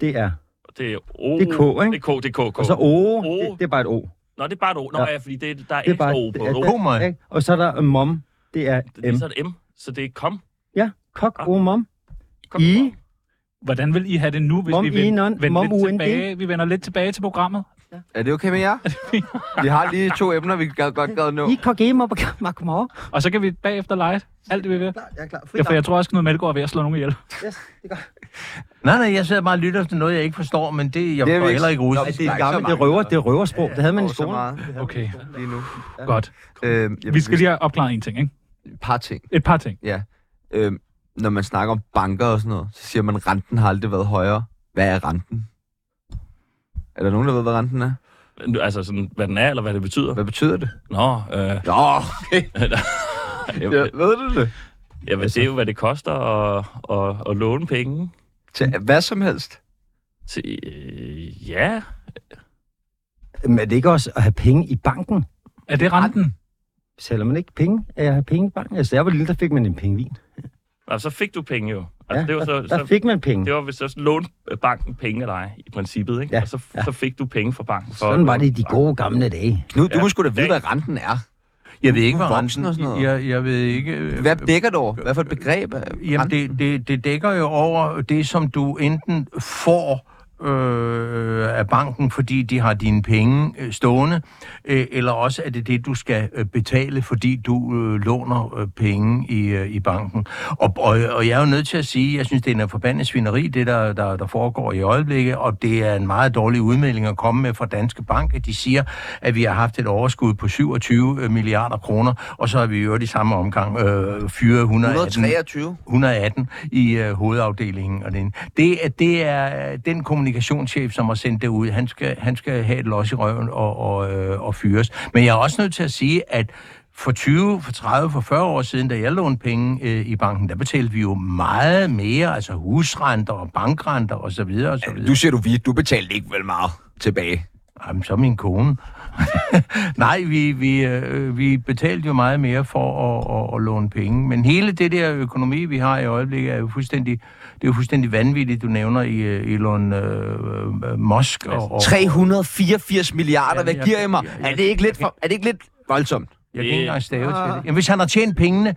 S4: det er.
S5: det er O.
S4: Det er K, ikke?
S5: Det er K, det er K, K.
S4: Og så O,
S5: O.
S4: det, det er bare et O.
S5: Nå, det er bare et O. Nå,
S4: Ja.
S5: ja, fordi det, der er,
S4: Det er bare,
S5: ekstra O på
S4: det
S5: O.
S4: er-
S3: Oh my.
S4: ikke? Og så er der mom, det er
S5: Det er
S4: M.
S5: så et M, så det er kom.
S4: Ja, kok,
S5: Ah.
S4: O, mom.
S5: kom
S4: I.
S5: kom.
S2: Hvordan vil I have det nu, hvis
S4: Mom
S2: vi
S4: i
S2: vender,
S4: non-
S2: vender
S4: mom
S2: lidt
S4: UND?
S2: tilbage? Vi vender lidt tilbage til programmet.
S1: Er det okay med jer? vi har lige to emner, vi gad, godt gad nå.
S4: I kok, E, mom, mom, mom.
S2: Og så kan vi bagefter lege alt det, vi vil.
S4: Jeg er klar. Fri
S2: Ja, for jeg tror også, Knud Melgaard er ved at slå nogen ihjel.
S4: Yes, det gør.
S3: Nej, nej, jeg sidder bare og lytter til noget, jeg ikke forstår, men det jeg
S1: Det er
S3: forstår
S1: vi
S3: heller ikke
S1: Nå,
S3: russisk.
S1: men
S4: Det er gammelt, det er røver, det er røversprog. Det havde man i skolen.
S2: Okay,
S1: lige nu.
S2: godt.
S1: Øhm, jamen,
S2: Vi skal lige have opklaret en ting, ikke?
S1: Et par ting,
S2: Et par ting.
S1: ja. Øhm, når man snakker om banker og sådan noget, så siger man, at renten har aldrig været højere. Hvad er renten? Er der nogen, der ved, hvad renten er?
S5: Nu, Altså sådan, hvad den er, eller hvad det betyder.
S1: Hvad betyder det?
S5: Nå, øh,
S1: Nå, okay. Ja,
S5: jeg,
S1: ved du det?
S5: jeg, ved, det er jo, hvad det koster at, at, at låne penge.
S1: Til hvad som helst.
S5: Til, øh, ja,
S4: Men er det ikke også at have penge i banken?
S2: Er det renten?
S4: Sælger man ikke penge af at have penge i banken? Altså, da jeg var lille, der fik man en pengevin.
S5: Nå, så fik du penge jo. Altså, det var så,
S4: Der
S5: så,
S4: fik man penge.
S5: det var, hvis så lånte banken penge af dig, i princippet, ikke?
S4: Ja,
S5: og så,
S4: ja.
S5: så fik du penge fra banken. For
S4: Sådan var det i de gode gamle dage.
S1: Nu, du
S5: Ja.
S1: må sgu da vide, hvad renten er.
S3: Jeg ved ikke, hvad
S1: Voksen
S3: renten...
S1: og sådan noget.
S3: Jeg, jeg ved ikke... øh,
S1: Hvad dækker det over? Hvad for et begreb er
S3: Jamen,
S1: renten?
S3: det, det, det dækker jo over det, som du enten får øh, af banken, fordi de har dine penge øh, stående, øh, eller også er det det, du skal øh, betale, fordi du øh, låner øh, penge i, øh, i banken. Og, og, og jeg er jo nødt til at sige, jeg synes, det er en forbandet svineri, det der, der, der foregår i øjeblikket, og det er en meget dårlig udmelding at komme med fra Danske Bank, at de siger, at vi har haft et overskud på 27 milliarder kroner, og så har vi jo i samme omgang øh, fyret 118
S1: 123.
S3: 118 i øh, hovedafdelingen. Og den. Det, er- det er øh, den kommunikationschef, som har sendt det ud. Han skal, han skal have et los i røven og, og, øh, og fyres. Men jeg er også nødt til at sige, at for 20, for 30, for 40 år siden, da jeg lånte penge øh, i banken, der betalte vi jo meget mere, altså husrenter og bankrenter osv. Og så videre, og så videre.
S1: Du siger du vi, du betalte ikke vel meget tilbage.
S3: Jamen, så min kone. Nej, vi, vi, øh, vi betalte jo meget mere for at, at, at låne penge. Men hele det der økonomi, vi har i øjeblikket, er jo fuldstændig, det er jo fuldstændig vanvittigt, du nævner i, øh, Elon øh, øh, Musk. Og, og,
S1: 384 milliarder, hvad
S3: jeg-
S1: giver I mig?
S3: jeg-
S1: Er det ikke lidt, for, er det ikke lidt voldsomt?
S3: Jeg kan
S5: Det-
S3: ikke engang stave til
S1: Ah.
S3: det. Jamen, hvis han har tjent pengene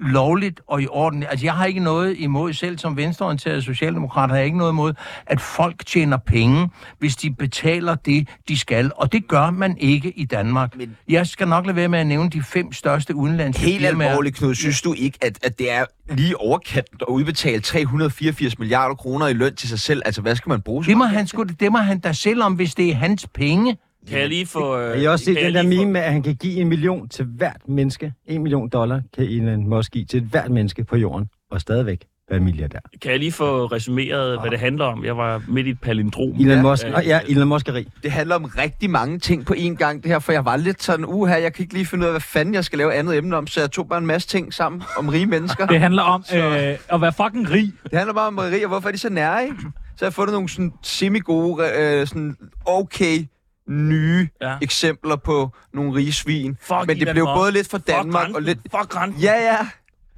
S3: lovligt og i orden. Altså, jeg har ikke noget imod, selv som venstreorienteret socialdemokrat, har jeg ikke noget imod, at folk tjener penge, hvis de betaler det, de skal. Og det gør man ikke i Danmark. Men... Jeg skal nok lade være med at nævne de fem største udenlandske
S1: Helt
S3: firmaer.
S1: alvorligt, Knud, synes du ikke, at, at det er lige overkanten at udbetale 384 milliarder kroner i løn til sig selv? Altså, hvad skal man bruge? så
S3: Det må
S1: meget
S3: han, sgu, det må han da selv om, hvis det er hans penge.
S5: Kan jeg lige få... Øh,
S4: Jeg har også set
S5: kan
S4: den der
S5: lige få-
S4: meme med, at han kan give en million til hvert menneske. En million dollar kan Elon Musk give til hvert menneske på jorden. Og stadigvæk være milliardær.
S5: Kan jeg lige få resumeret,
S4: Ah.
S5: hvad det handler om? Jeg var midt i et palindrom.
S4: Elon Musk,
S5: øh,
S4: og ja, Elon Musk er rig.
S1: Det handler om rigtig mange ting på én gang, det her, for jeg var lidt sådan, uha, jeg kan ikke lige finde ud af, hvad fanden jeg skal lave andet emne om, så jeg tog bare en masse ting sammen om rige mennesker.
S2: Det handler om øh, at være fucking rig.
S1: Det handler bare om rige, og hvorfor er de så nære, ikke? Så har jeg fundet nogle sådan semi-gode, øh, sådan okay nye
S5: Ja.
S1: ja. eksempler på nogle rige svin.
S5: Fuck
S1: Men det
S5: Elon
S1: blev
S5: Musk.
S1: både lidt for
S5: fuck
S1: Danmark
S5: renten,
S1: og lidt...
S5: Fuck renten.
S1: Ja, ja,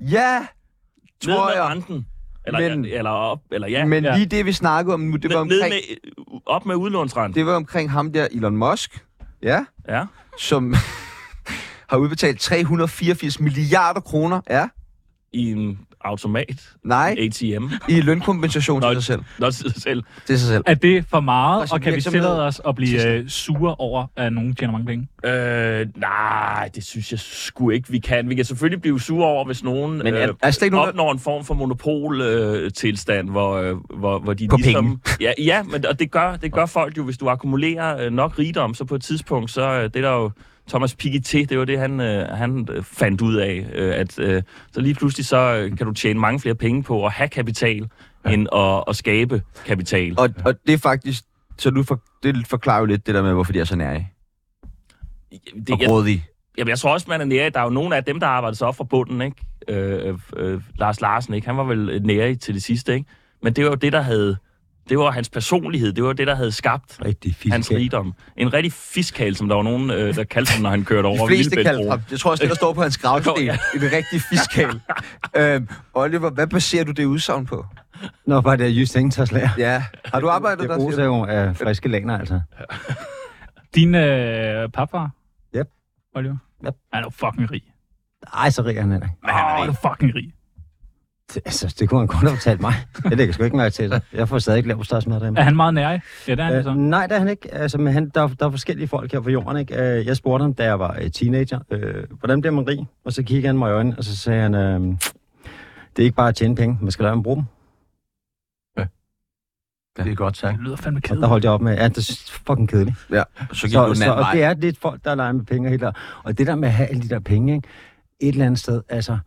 S1: ja,
S5: Ned
S1: tror
S5: med
S1: jeg.
S5: renten. Eller,
S1: Men-
S5: ja, eller op, eller ja.
S1: Men
S2: Ja.
S1: lige det, vi snakkede om nu, det var
S5: ned, ned
S1: omkring,
S5: med, øh, op med udlånsrenten.
S1: det var omkring ham der, Elon Musk, ja,
S5: Ja.
S1: som har udbetalt 384 milliarder kroner, ja,
S5: I en automat.
S1: nej,
S5: ATM.
S1: i lønkompensation
S5: Nå,
S1: til sig selv.
S5: Nå, s- selv.
S1: Til sig selv.
S2: Er det for
S1: Og
S2: meget,
S1: sin
S2: og kan vi
S1: virksomhed.
S2: tillade os at blive øh, sure over, at nogen tjener mange penge?
S5: Øh, nej, det synes jeg sgu ikke, vi kan. Vi kan selvfølgelig blive sure over, hvis nogen
S1: Men er-
S5: øh,
S1: er slet ikke nogen, der-
S5: opnår en form for monopoltilstand, øh, tilstand, hvor, øh, hvor, hvor de
S1: På
S5: ligesom... Ja, ja men, og det gør, det gør folk jo, hvis du akkumulerer øh, nok rigdom, så på et tidspunkt, så øh, det er der jo... Thomas Piketty, det var det, han, øh, han øh, fandt ud af, øh, at øh, så lige pludselig så øh, kan du tjene mange flere penge på at have kapital, ja. end at, at skabe kapital.
S1: Og, og det er faktisk... Så du for, det forklarer jo lidt det der med, hvorfor de er så nære
S5: det,
S1: og grådige.
S5: Jamen, jeg tror også, man er nære. Der er jo nogle af dem, der arbejder sig op fra bunden, ikke? Øh, øh, Lars Larsen, ikke? Han var vel øh, nære til det sidste, ikke? Men det var jo det, der havde... Det var hans personlighed. Det var det, der havde skabt
S4: Rigtig fisk.
S5: hans rigdom. En rigtig fiskal, som der var nogen, øh, der kaldte ham, når han kørte
S1: De
S5: over
S1: fleste kaldte
S5: Lillebæltbroen.
S1: ham. Det tror jeg også, det der står på hans gravsten.
S5: Nå, ja.
S1: En rigtig fiskal. øhm, Oliver, hvad baserer du det udsagn på?
S4: Nå, bare det er Jysk Engtagslærer.
S1: Ja. Har du arbejdet
S4: Det
S1: der? siger
S4: roser
S1: du?
S4: jo af friske laner, altså.
S2: Din øh, papfar?
S4: Yep.
S2: Oliver?
S4: Yep.
S2: Han er jo fucking rig.
S4: Ej, så rig er han heller ikke.
S2: Åh, han er fucking rig.
S4: Det- Altså, det kunne han kun have fortalt mig. Det lægger sgu ikke mærke til. Jeg får stadig ikke lavet stadsmad derhjemme.
S2: Er han meget nær? Ja, det er han
S4: Øh,
S2: så.
S4: nej, det er han ikke. Altså, men han, der, der er forskellige folk her på jorden. Ikke? Øh, jeg spurgte ham, da jeg var øh, teenager, øh, hvordan bliver man rig? Og så kiggede han mig i øjnene, og så sagde han, øh, det er ikke bare at tjene penge, man skal lade dem bruge dem.
S3: Det er godt sagt.
S2: Det lyder fandme
S4: Og der
S2: kedeligt.
S4: holdt jeg op med, ja, det er fucking kedeligt.
S1: Så gik du
S4: Så,
S1: den
S4: så,
S1: anden
S4: og
S1: vej.
S4: det er lidt folk, der leger med penge og helt der. Og det der med at have alle de der penge, ikke? et eller andet sted, altså,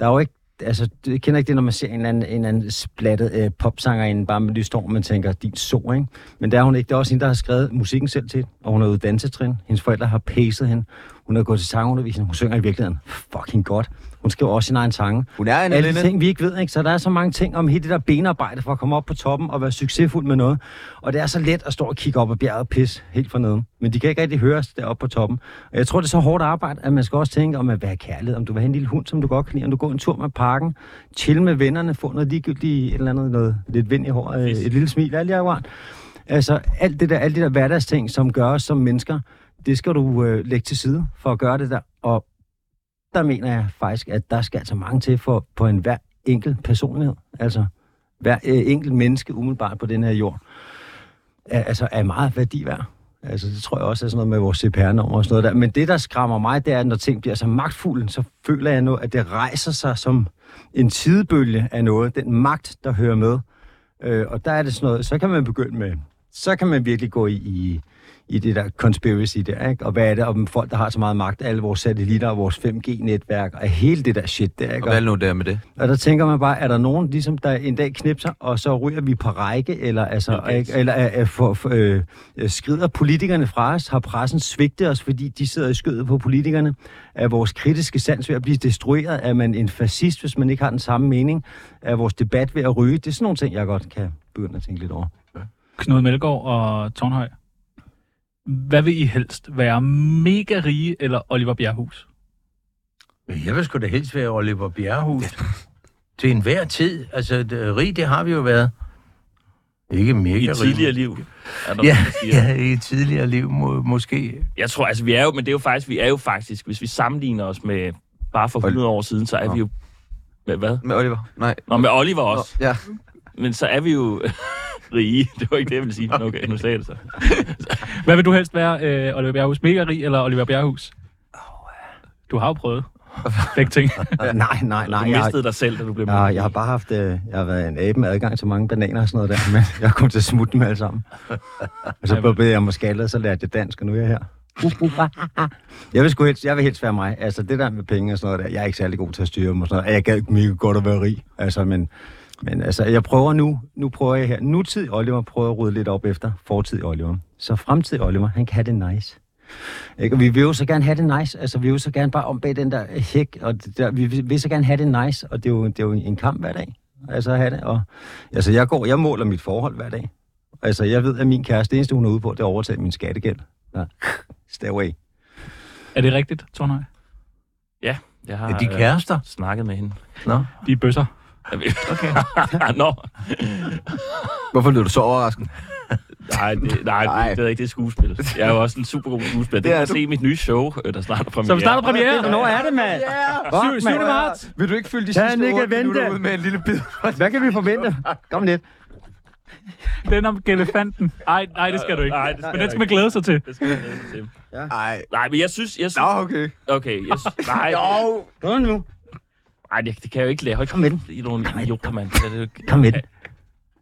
S4: der er jo ikke Altså, du- jeg kender ikke det, når man ser en eller anden, en eller anden splattet øh, popsanger inden bare med lyst over, man tænker, din så, ikke? Men det er hun ikke. Det er også hende, der har skrevet musikken selv til, og hun er ude dansetrin. Hendes forældre har pacet hende. Hun har gået til sangundervisning. Hun synger i virkeligheden fucking godt. Hun skriver også sin egen sange.
S1: Hun er en
S4: Alle de
S1: lille...
S4: ting, vi ikke ved, ikke? Så der er så mange ting om hele det der benarbejde for at komme op på toppen og være succesfuld med noget. Og det er så let at stå og kigge op ad bjerget og pis helt forneden. Men de kan ikke rigtig høre os deroppe på toppen. Og jeg tror, det er så hårdt arbejde, at man skal også tænke om, at hvad er kærlighed? Om du vil have en lille hund, som du godt kan lide, om du går en tur med parken, chill med vennerne, få noget ligegyldigt, et eller andet, noget, lidt vind i håret, øh, et lille smil, alt i øvrigt. Altså, alt det der, alle de der hverdagsting, som gør os som mennesker, det skal du øh, lægge til side for at gøre det der. Og der mener jeg faktisk, at der skal altså mange til for, på en hver enkelt personlighed. Altså hver øh, enkelt menneske umiddelbart på den her jord. Er, altså er meget værdi værd. Altså det tror jeg også er sådan noget med vores CPR-nummer og sådan noget der. Men det, der skræmmer mig, det er, at når ting bliver så magtfulde, så føler jeg nu, at det rejser sig som en tidebølge af noget. Den magt, der hører med. Øh, og der er det sådan noget, så kan man begynde med, så kan man virkelig gå i, i, i det der conspiracy der, ikke? Og hvad er det om folk, der har så meget magt, alle vores satellitter og vores 5G-netværk og hele det der shit der, ikke?
S1: Og hvad er det nu der med det?
S4: Og der tænker man bare, er der nogen, ligesom, der en dag knipser, og så ryger vi på række, eller, altså,
S5: Bill Gates.
S4: okay. eller er, er for, for, øh, øh, skrider politikerne fra os? Har pressen svigtet os, fordi de sidder i skødet på politikerne? Er vores kritiske sans ved at blive destrueret? Er man en fascist, hvis man ikke har den samme mening? Er vores debat ved at ryge? Det er sådan nogle ting, jeg godt kan begynde at tænke lidt over.
S2: Knud Melgaard og Tornhøj. Hvad vil I helst? Være mega rige eller Oliver Bjerghus?
S3: Jeg vil sgu da helst være Oliver Bjerrehus. til enhver tid. Altså, det- rig, det har vi jo været. Ikke mega
S5: I
S3: rig.
S5: et tidligere liv. Er der
S3: Ja,
S5: nogen, der siger.
S3: ja, i et tidligere liv må, måske.
S5: Jeg tror, altså, vi er jo, men det er jo faktisk, vi er jo faktisk, hvis vi sammenligner os med bare for 100 år siden, så er vi jo... Med hvad?
S1: Med Oliver? Nej.
S5: Nå, med Oliver også.
S1: Ja.
S5: Men så er vi jo rige. Det var ikke det, jeg ville sige. Men okay, nu sagde jeg det så.
S2: Hvad vil du helst være, øh, Oliver Bjerghus? Mega rig eller Oliver Bjerghus? Du har jo prøvet begge ting.
S4: Altså, Nej, nej, nej.
S5: Du
S4: Jeg,
S5: mistede dig selv, da du blev
S4: jeg, jeg har bare haft, øh, jeg har været en abe med adgang til mange bananer og sådan noget der, men jeg kom til at smutte dem alle sammen. Og så blev jeg måske aldrig, så lærte jeg dansk, og nu er jeg her. Jeg vil, sgu helst, jeg vil helst være mig. Altså det der med penge og sådan noget der, jeg er ikke særlig god til at styre dem og sådan noget. Jeg gad ikke mega godt at være rig. Altså, men, men altså, jeg prøver nu. Nu prøver jeg her. Nutid Oliver prøver at rydde lidt op efter fortid Oliver. Så fremtid Oliver, han kan have det nice. Ikke? Og vi vil jo så gerne have det nice. Altså, vi vil jo så gerne bare om bag den der hæk. Og det der, vi vil vil så gerne have det nice. Og det er jo, det er jo en kamp hver dag. Altså, at have det. Og, altså, jeg, går, jeg måler mit forhold hver dag. Altså, jeg ved, at min kæreste, det eneste, hun er ude på, det er at overtage min skattegæld. Ja. Stay away.
S2: Er det rigtigt, Tornøj?
S5: Ja, jeg har
S3: Er de
S5: øh,
S3: kærester?
S5: snakket med hende.
S3: Nå.
S2: De er bøsser.
S5: Okay. Nå,
S1: Hvorfor lyder du så overrasket?
S5: nej, det,
S1: Nej.
S5: nej, nej. Det, det er ikke det er skuespil. Jeg er jo også en super god skuespiller. Det,
S1: Det
S5: det
S1: er
S5: er at
S1: du.
S5: se mit nye show, øh, der starter premiere.
S2: Som starter premiere.
S4: Hvornår er det, mand? Yeah.
S2: 7. marts.
S1: Vil du ikke fylde de
S4: Kan
S1: sidste
S4: ikke
S1: otte minutter
S4: vente?
S1: ud med en lille bid?
S4: Hvad kan vi forvente? Kom lidt.
S2: Den om gelefanten. Nej, nej, det skal du ikke.
S5: Nej, det skal
S2: Men
S5: jeg
S2: den skal man glæde sig til.
S5: Det skal jeg glæde mig til.
S1: Nej.
S5: Nej, men jeg synes... Jeg synes
S1: Nå, okay.
S5: okay, jeg synes, nej,
S1: Jo.
S4: Kom nu.
S5: nej, det, det kan jeg jo ikke lave. Hold
S4: Kom med den.
S5: kæft, I er nogle idioter, mand. Det er det jo ikke-
S4: Kom med den.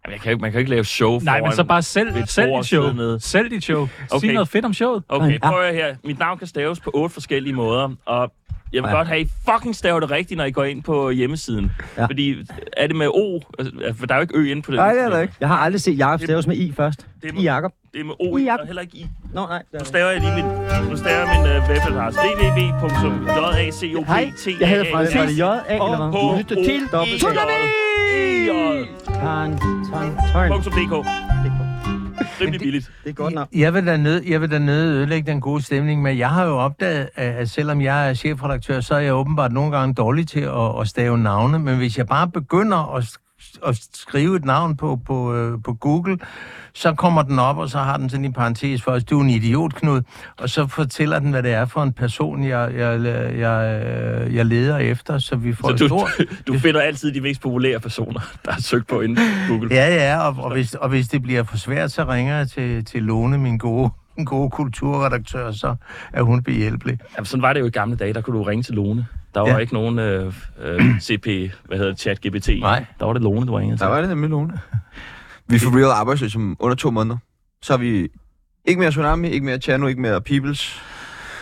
S5: Jamen, Jeg kan, jo ikke- man kan jo ikke lave show
S2: Nej, men
S5: foran-
S2: så bare selv,
S5: Lidt
S2: selv
S5: bord
S2: dit show.
S5: sidde nede.
S2: Selv dit show. Sig
S5: Okay.
S2: noget fedt om showet.
S5: Okay, prøv at høre her. Mit navn kan staves på otte forskellige måder, og jeg vil
S4: Ja.
S5: godt have, at I fucking staver det rigtigt, når I går ind på hjemmesiden.
S4: Ja.
S5: Fordi er det med O? Altså, For der er jo ikke Ø inde på den.
S1: Nej, det er der ikke.
S4: Jeg har aldrig set Jakob Staves med I først.
S5: Det må-
S4: I Jakob.
S5: Det er med O,
S4: Ja.
S5: og heller ikke I.
S4: Nå, nej.
S5: Nu staver jeg lige min, nu staver jeg min uh, webadress. www.jacopt.
S4: Hej, jeg hedder fra det. Var det J, A, eller hvad?
S5: Og
S4: lytter til dobbelt. Tarn, tarn, tarn.
S5: .dk. Rimelig billigt.
S4: Det er godt nok.
S3: Jeg vil da nød, jeg vil da nød ødelægge den gode stemning, men jeg har jo opdaget, at at selvom jeg er chefredaktør, så er jeg åbenbart nogle gange dårlig til at, at stave navne, men hvis jeg bare begynder at, sk- at skrive et navn på, på, øh, på Google, så kommer den op, og så har den sådan en parentes for os, du er en idiot, Knud, og så fortæller den, hvad det er for en person, jeg, jeg, jeg, øh, jeg leder efter, så vi får
S5: Så
S3: et
S5: du,
S3: stort...
S5: du finder altid de mest populære personer, der er søgt på inde på Google.
S3: Ja, ja, og, og, hvis, og hvis det bliver for svært, så ringer jeg til, til Lone, min gode, min gode kulturredaktør, så er hun behjælpelig.
S5: Jamen, sådan var det jo i gamle dage, der kunne du ringe til Lone. Der var
S3: Ja.
S5: ja. ikke nogen øh, øh, CP, hvad hedder det, chat GPT.
S3: Nej.
S5: Der var det Lone, du ringede til.
S1: Der var det nemlig Lone. Vi får real arbejdsløse om under to måneder. Så har vi ikke mere Tsunami, ikke mere Chano, ikke mere Peoples.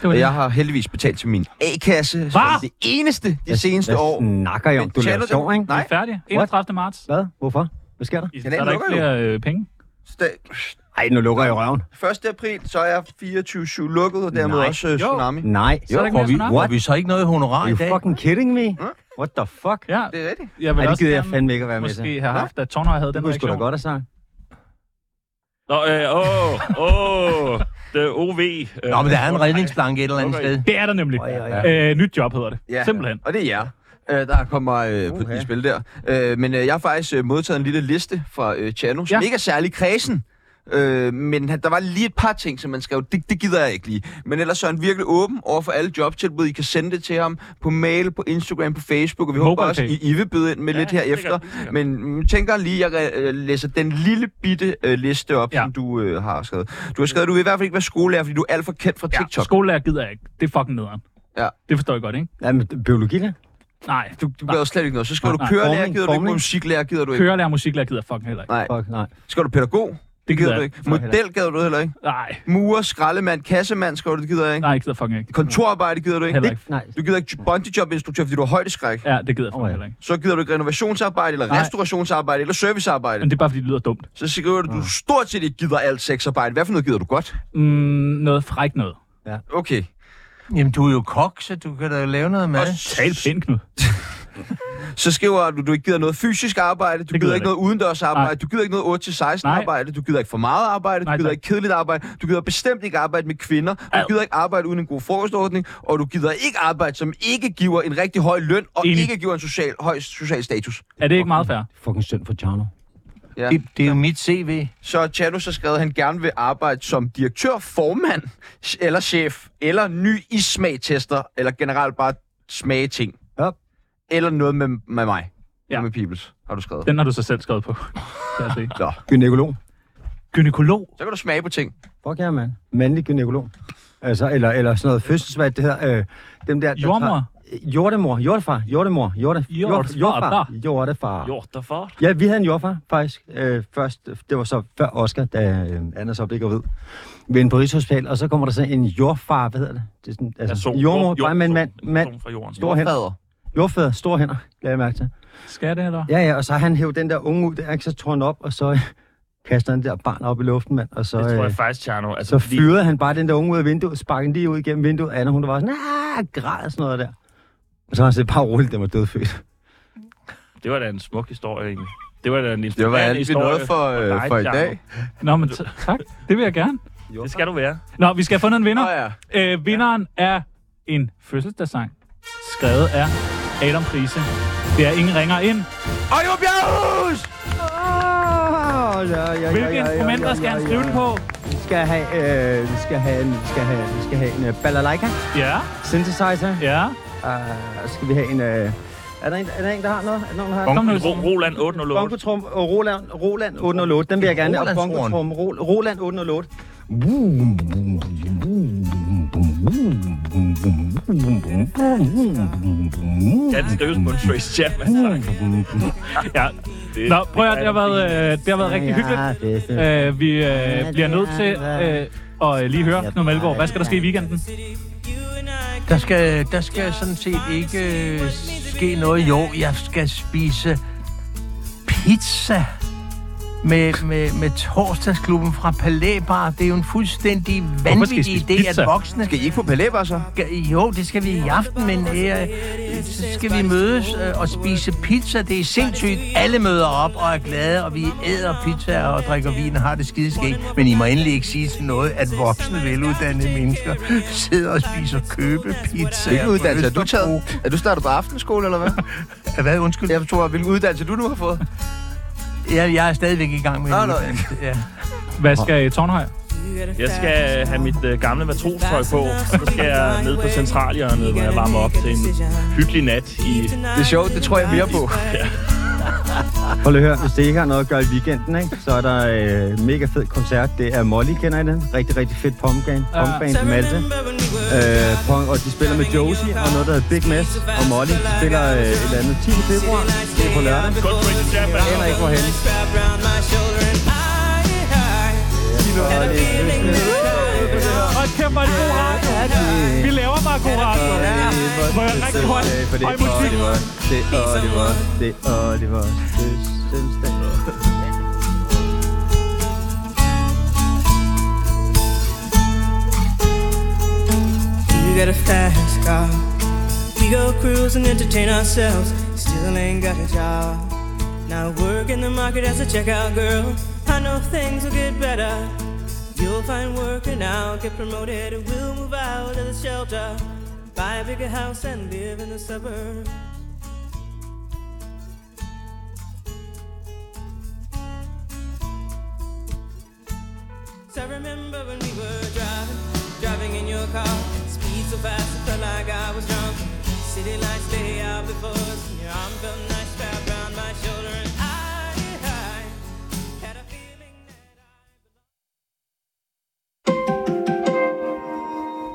S2: Det var
S1: Og
S2: det.
S1: jeg har heldigvis betalt til min A-kasse som
S2: Hvad?
S1: det eneste de seneste
S4: Hvad
S1: år.
S4: snakker jeg om? Du
S1: Tjener
S4: laver
S1: den?
S4: sjov, ikke?
S2: Vi
S1: Nej.
S2: er færdige. 31. marts.
S4: Hvad? Hvorfor? Hvad sker der?
S2: I- Så
S1: Kanalen
S2: er der ikke
S1: lukker
S2: flere øh, penge.
S1: Sta-
S4: Nej, nu lukker jeg røven.
S1: 1. april, så er 24-7 lukket, og dermed
S4: Nej.
S1: også øh, Tsunami.
S4: Nej.
S2: Så er der ikke
S3: Får
S2: mere
S3: vi,
S2: snak.
S3: får vi så ikke noget honorar
S4: Are
S3: i
S4: you
S3: dag?
S4: fucking kidding me? What the fuck?
S2: Ja,
S1: Det er rigtigt.
S2: jeg vil
S4: Ej, det
S2: også
S4: gider jeg
S2: gerne
S4: fandme ikke at være med til.
S2: måske have haft, at Tornøj havde
S4: Det
S2: den
S4: kunne jeg sgu da
S2: reaktion.
S4: godt have sagt.
S5: Nå, øh, åh, åh, det er OV. Øh,
S3: Nå, men der er en redningsplanke et eller andet
S5: Okay.
S3: sted.
S2: Det er der nemlig.
S4: Oj, oj,
S2: Øh, nyt job hedder det. Simpelthen.
S1: Og det er jer. Øh, der kommer øh, på
S4: Uha.
S1: de spil der. Øh, men øh, jeg har faktisk øh, modtaget en lille liste fra øh, Chano, som
S2: Ja.
S1: ja. ikke er særlig kredsen. Øh, men han- der var lige et par ting, som man skrev, det, det gider jeg ikke lige. Men ellers så er han virkelig åben over for alle jobtilbud. I kan sende det til ham på mail, på Instagram, på Facebook, og vi håber
S2: Mobile
S1: også,
S2: pay.
S1: I, I vil byde ind med ja, lidt
S5: sikkert,
S1: herefter.
S5: sikkert.
S1: Men mm, tænker lige, at jeg øh, læser den lille bitte øh, liste op,
S2: Ja.
S1: ja. som du øh, har skrevet. Du har skrevet, at du vil i hvert fald ikke være skolelærer, fordi du er alt for kendt fra
S2: Ja,
S1: TikTok.
S2: skolelærer gider jeg ikke. Det er fucking nederen.
S1: Ja.
S2: Det forstår jeg godt, ikke?
S4: Jamen, biologi der?
S2: Nej.
S1: Du, du gør jo slet ikke noget. Så skal
S2: Nej,
S1: du
S2: nej.
S1: kørelærer,
S4: Formning,
S1: gider du ikke
S4: formning.
S1: musiklærer, gider du ikke.
S2: Kørelærer og musiklærer gider jeg fucking heller ikke.
S1: Nej.
S4: Fuck, nej.
S1: Skal du pædagog? Det gider
S2: gider
S1: du
S2: jeg
S1: ikke. Model gider du heller ikke.
S2: Nej,
S1: Murer, skraldemand, kassemand, skal du, det gider jeg ikke.
S2: nej, jeg gider fucking ikke.
S1: Kontorarbejde gider du ikke.
S2: Heller ikke.
S4: Nej.
S1: Du gider ikke bungee job instruktør, fordi du har højdeskræk.
S2: Ja, det gider jeg
S4: Åh, ja.
S2: fucking heller ikke.
S1: Så gider du ikke renovationsarbejde, eller
S2: Nej.
S1: restaurationsarbejde, eller servicearbejde.
S2: Men det er bare, fordi det lyder dumt.
S1: Så skriver du, du stort set ikke gider alt sexarbejde. Hvad for noget gider du godt?
S2: Mm, noget fræk noget.
S1: Okay.
S3: Jamen, du er jo kok, så du kan da lave noget mad.
S1: Og s-
S2: Tal pænt, Knud.
S1: Så skriver du, du ikke gider noget fysisk arbejde, du
S2: gider
S1: gider
S2: jeg
S1: ikke noget udendørs arbejde,
S2: Nej.
S1: du gider ikke noget 8-16
S2: Nej.
S1: arbejde, du gider ikke for meget arbejde,
S2: Nej,
S1: du gider
S2: tak.
S1: ikke kedeligt arbejde, du gider bestemt ikke arbejde med kvinder, du
S2: Ad.
S1: gider ikke arbejde uden en god frokostordning, og du gider ikke arbejde, som ikke giver en rigtig høj løn, og
S2: Enig.
S1: ikke giver en social, høj social status.
S2: Er det ikke meget fair?
S4: Fucking synd for Tjerno.
S1: Ja.
S3: Det, det er jo mit CV.
S1: Så Chano så skrev, at han gerne vil arbejde som direktør, formand, eller chef, eller ny i smagtester, eller generelt bare smage ting.
S4: Ja.
S1: Eller noget med, med mig.
S2: Ja.
S1: Ja. Med Peoples, har du skrevet.
S2: Den har du så selv skrevet på. Kan jeg se.
S1: Nå.
S4: Gynækolog.
S2: Gynækolog.
S1: Så kan du smage på ting.
S4: Fuck ja, yeah, mand. Mandlig gynækolog. Altså, eller, eller sådan noget fødsels, hvad det hedder. Øh, dem der, der
S2: Jordmor.
S4: Tager, jordemor, jordefar, jordemor, jorde,
S2: Jordefar,
S4: jordefar,
S2: der.
S4: jordefar.
S5: Gjort derfor.
S4: Ja, vi havde en jordfar, faktisk. Øh, først, det var så før Oscar, da øh, Anders op ikke ved. Ved en på Rigshospital, og så kommer der så en jordfar, hvad hedder det? det er sådan, altså,
S5: Person.
S4: jordmor,
S5: Jord-
S4: bare med en mand,
S5: person.
S4: mand,
S5: Person Fra jorden.
S4: store hænder,
S1: Fader.
S4: jordfader, store hænder, lad jeg mærke til.
S2: Skal det, eller?
S4: Ja, ja, og så har han hævet den der unge ud, der, ikke? så tog han op, og så øh, kaster han det der barn op i luften, mand, og så,
S5: Det tror
S4: øh,
S5: jeg faktisk, Tjerno. Altså,
S4: så
S5: fordi-
S4: fyrede han bare den der unge ud af vinduet, sparkede den lige ud igennem vinduet, Anna, hun der var sådan, ah, græd og sådan noget der. Og så har han set bare roligt, den var dødfødt.
S5: Det var da en smuk historie, egentlig. Det var da en
S1: Det var
S5: en
S1: alt, vi nåede for, øh,
S5: dig,
S1: for i
S5: Tjerno.
S1: dag.
S2: Nå, men t- tak. Det vil jeg gerne.
S5: Det skal du være.
S2: Nå, vi skal have fundet en vinder.
S1: Nå ja.
S2: Øh, vinderen er en fødselsdagssang, skrevet af Adam Prise. Det er Ingen ringer ind.
S1: Oliver Bjerghus!
S4: Oh, ja, ja, ja,
S2: Hvilke instrumenter skal han skrive den på?
S4: Vi skal have, øh, vi skal have, en, vi skal have, vi skal have en øh, balalaika,
S2: Ja,
S4: synthesizer,
S2: ja.
S4: uh, skal vi have en, øh, er, der en, er der en, der har noget? Er der nogen, der har
S2: Kom nu.
S5: Ro- Roland 808.
S4: Bonkotrum og Roland, Roland 808. Den vil jeg gerne. Og
S3: Rolandshorn.
S4: Bonkotrum, Ro, Roland 808.
S5: Ja, det skrives på en Trace Chapman. sang.
S2: ja.
S5: Det-
S2: Nå, prøv at høre, det har været, øh, det har været rigtig
S4: Ja,
S2: hyggeligt.
S4: det er fedt.
S2: Øh, vi øh, bliver nødt til øh, at øh, lige høre,
S4: Ja,
S2: Knud Malgaard, hvad skal der ske i weekenden?
S3: Der skal, der skal sådan set ikke øh, ske noget. Jo, jeg skal spise pizza med, med, med torsdagsklubben fra Palæbar. Det er jo en fuldstændig
S2: skal I
S3: vanvittig
S2: spise
S3: idé,
S2: pizza?
S3: at voksne
S1: Skal I ikke på Palæber, så?
S3: skal... Jo, det skal vi i aften, men øh, så skal vi mødes øh, og spise pizza. Det er sindssygt. Alle møder op og er glade, og vi æder pizza og drikker vin og har det skideskægt. Men I må endelig ikke sige sådan noget, at voksne veluddannede mennesker sidder og spiser købepizza.
S1: Hvilken uddannelse er du
S3: Østerbro.
S1: taget? Er du startet på aftenskole, eller hvad?
S3: Hvad? Undskyld.
S1: Jeg tror, hvilken uddannelse du nu har fået.
S3: Jeg, jeg er stadigvæk i gang med
S1: Nå,
S3: en
S1: nå.
S3: uddannelse. Ja.
S2: Hvad skal i Tornhøj?
S5: Jeg skal øh, have mit øh, gamle matrostøj på, og så skal jeg ned på centralhjørnet, hvor jeg varmer op til en hyggelig nat i...
S1: Det er sjovt, det tror jeg mere på.
S4: Prøv lige at høre, hvis det ikke har noget at gøre i weekenden, ikke, så er der øh, mega fed koncert. Det er Molly, kender I den? Rigtig, rigtig fedt pumpgang. Pumpgang til Malte. Øh, punk, og de spiller med Josie og noget, der hedder Big Mess. Og Molly spiller øh, et eller andet 10. februar. Det er på lørdag.
S5: Kun Trace Chapman.
S4: Eller ikke hvor helst.
S2: Og kæmpe mig en god radio. Vi laver bare god radio. Må jeg rigtig høj, høj musik?
S4: Det er Oliver. Det er Oliver. Fødselsdag.
S8: You got a fast car. We go cruise and entertain ourselves. Still ain't got a job. Now I work in the market as a checkout girl. I know things will get better. You'll find work and I'll get promoted. And we'll move out of the shelter. Buy a bigger house and live in the suburbs. I remember when we were driving, driving in your car. Speed so fast, it felt like I was drunk. City lights lay out before us, and your arm felt nice wrapped around my shoulder, and I, I had a feeling that I.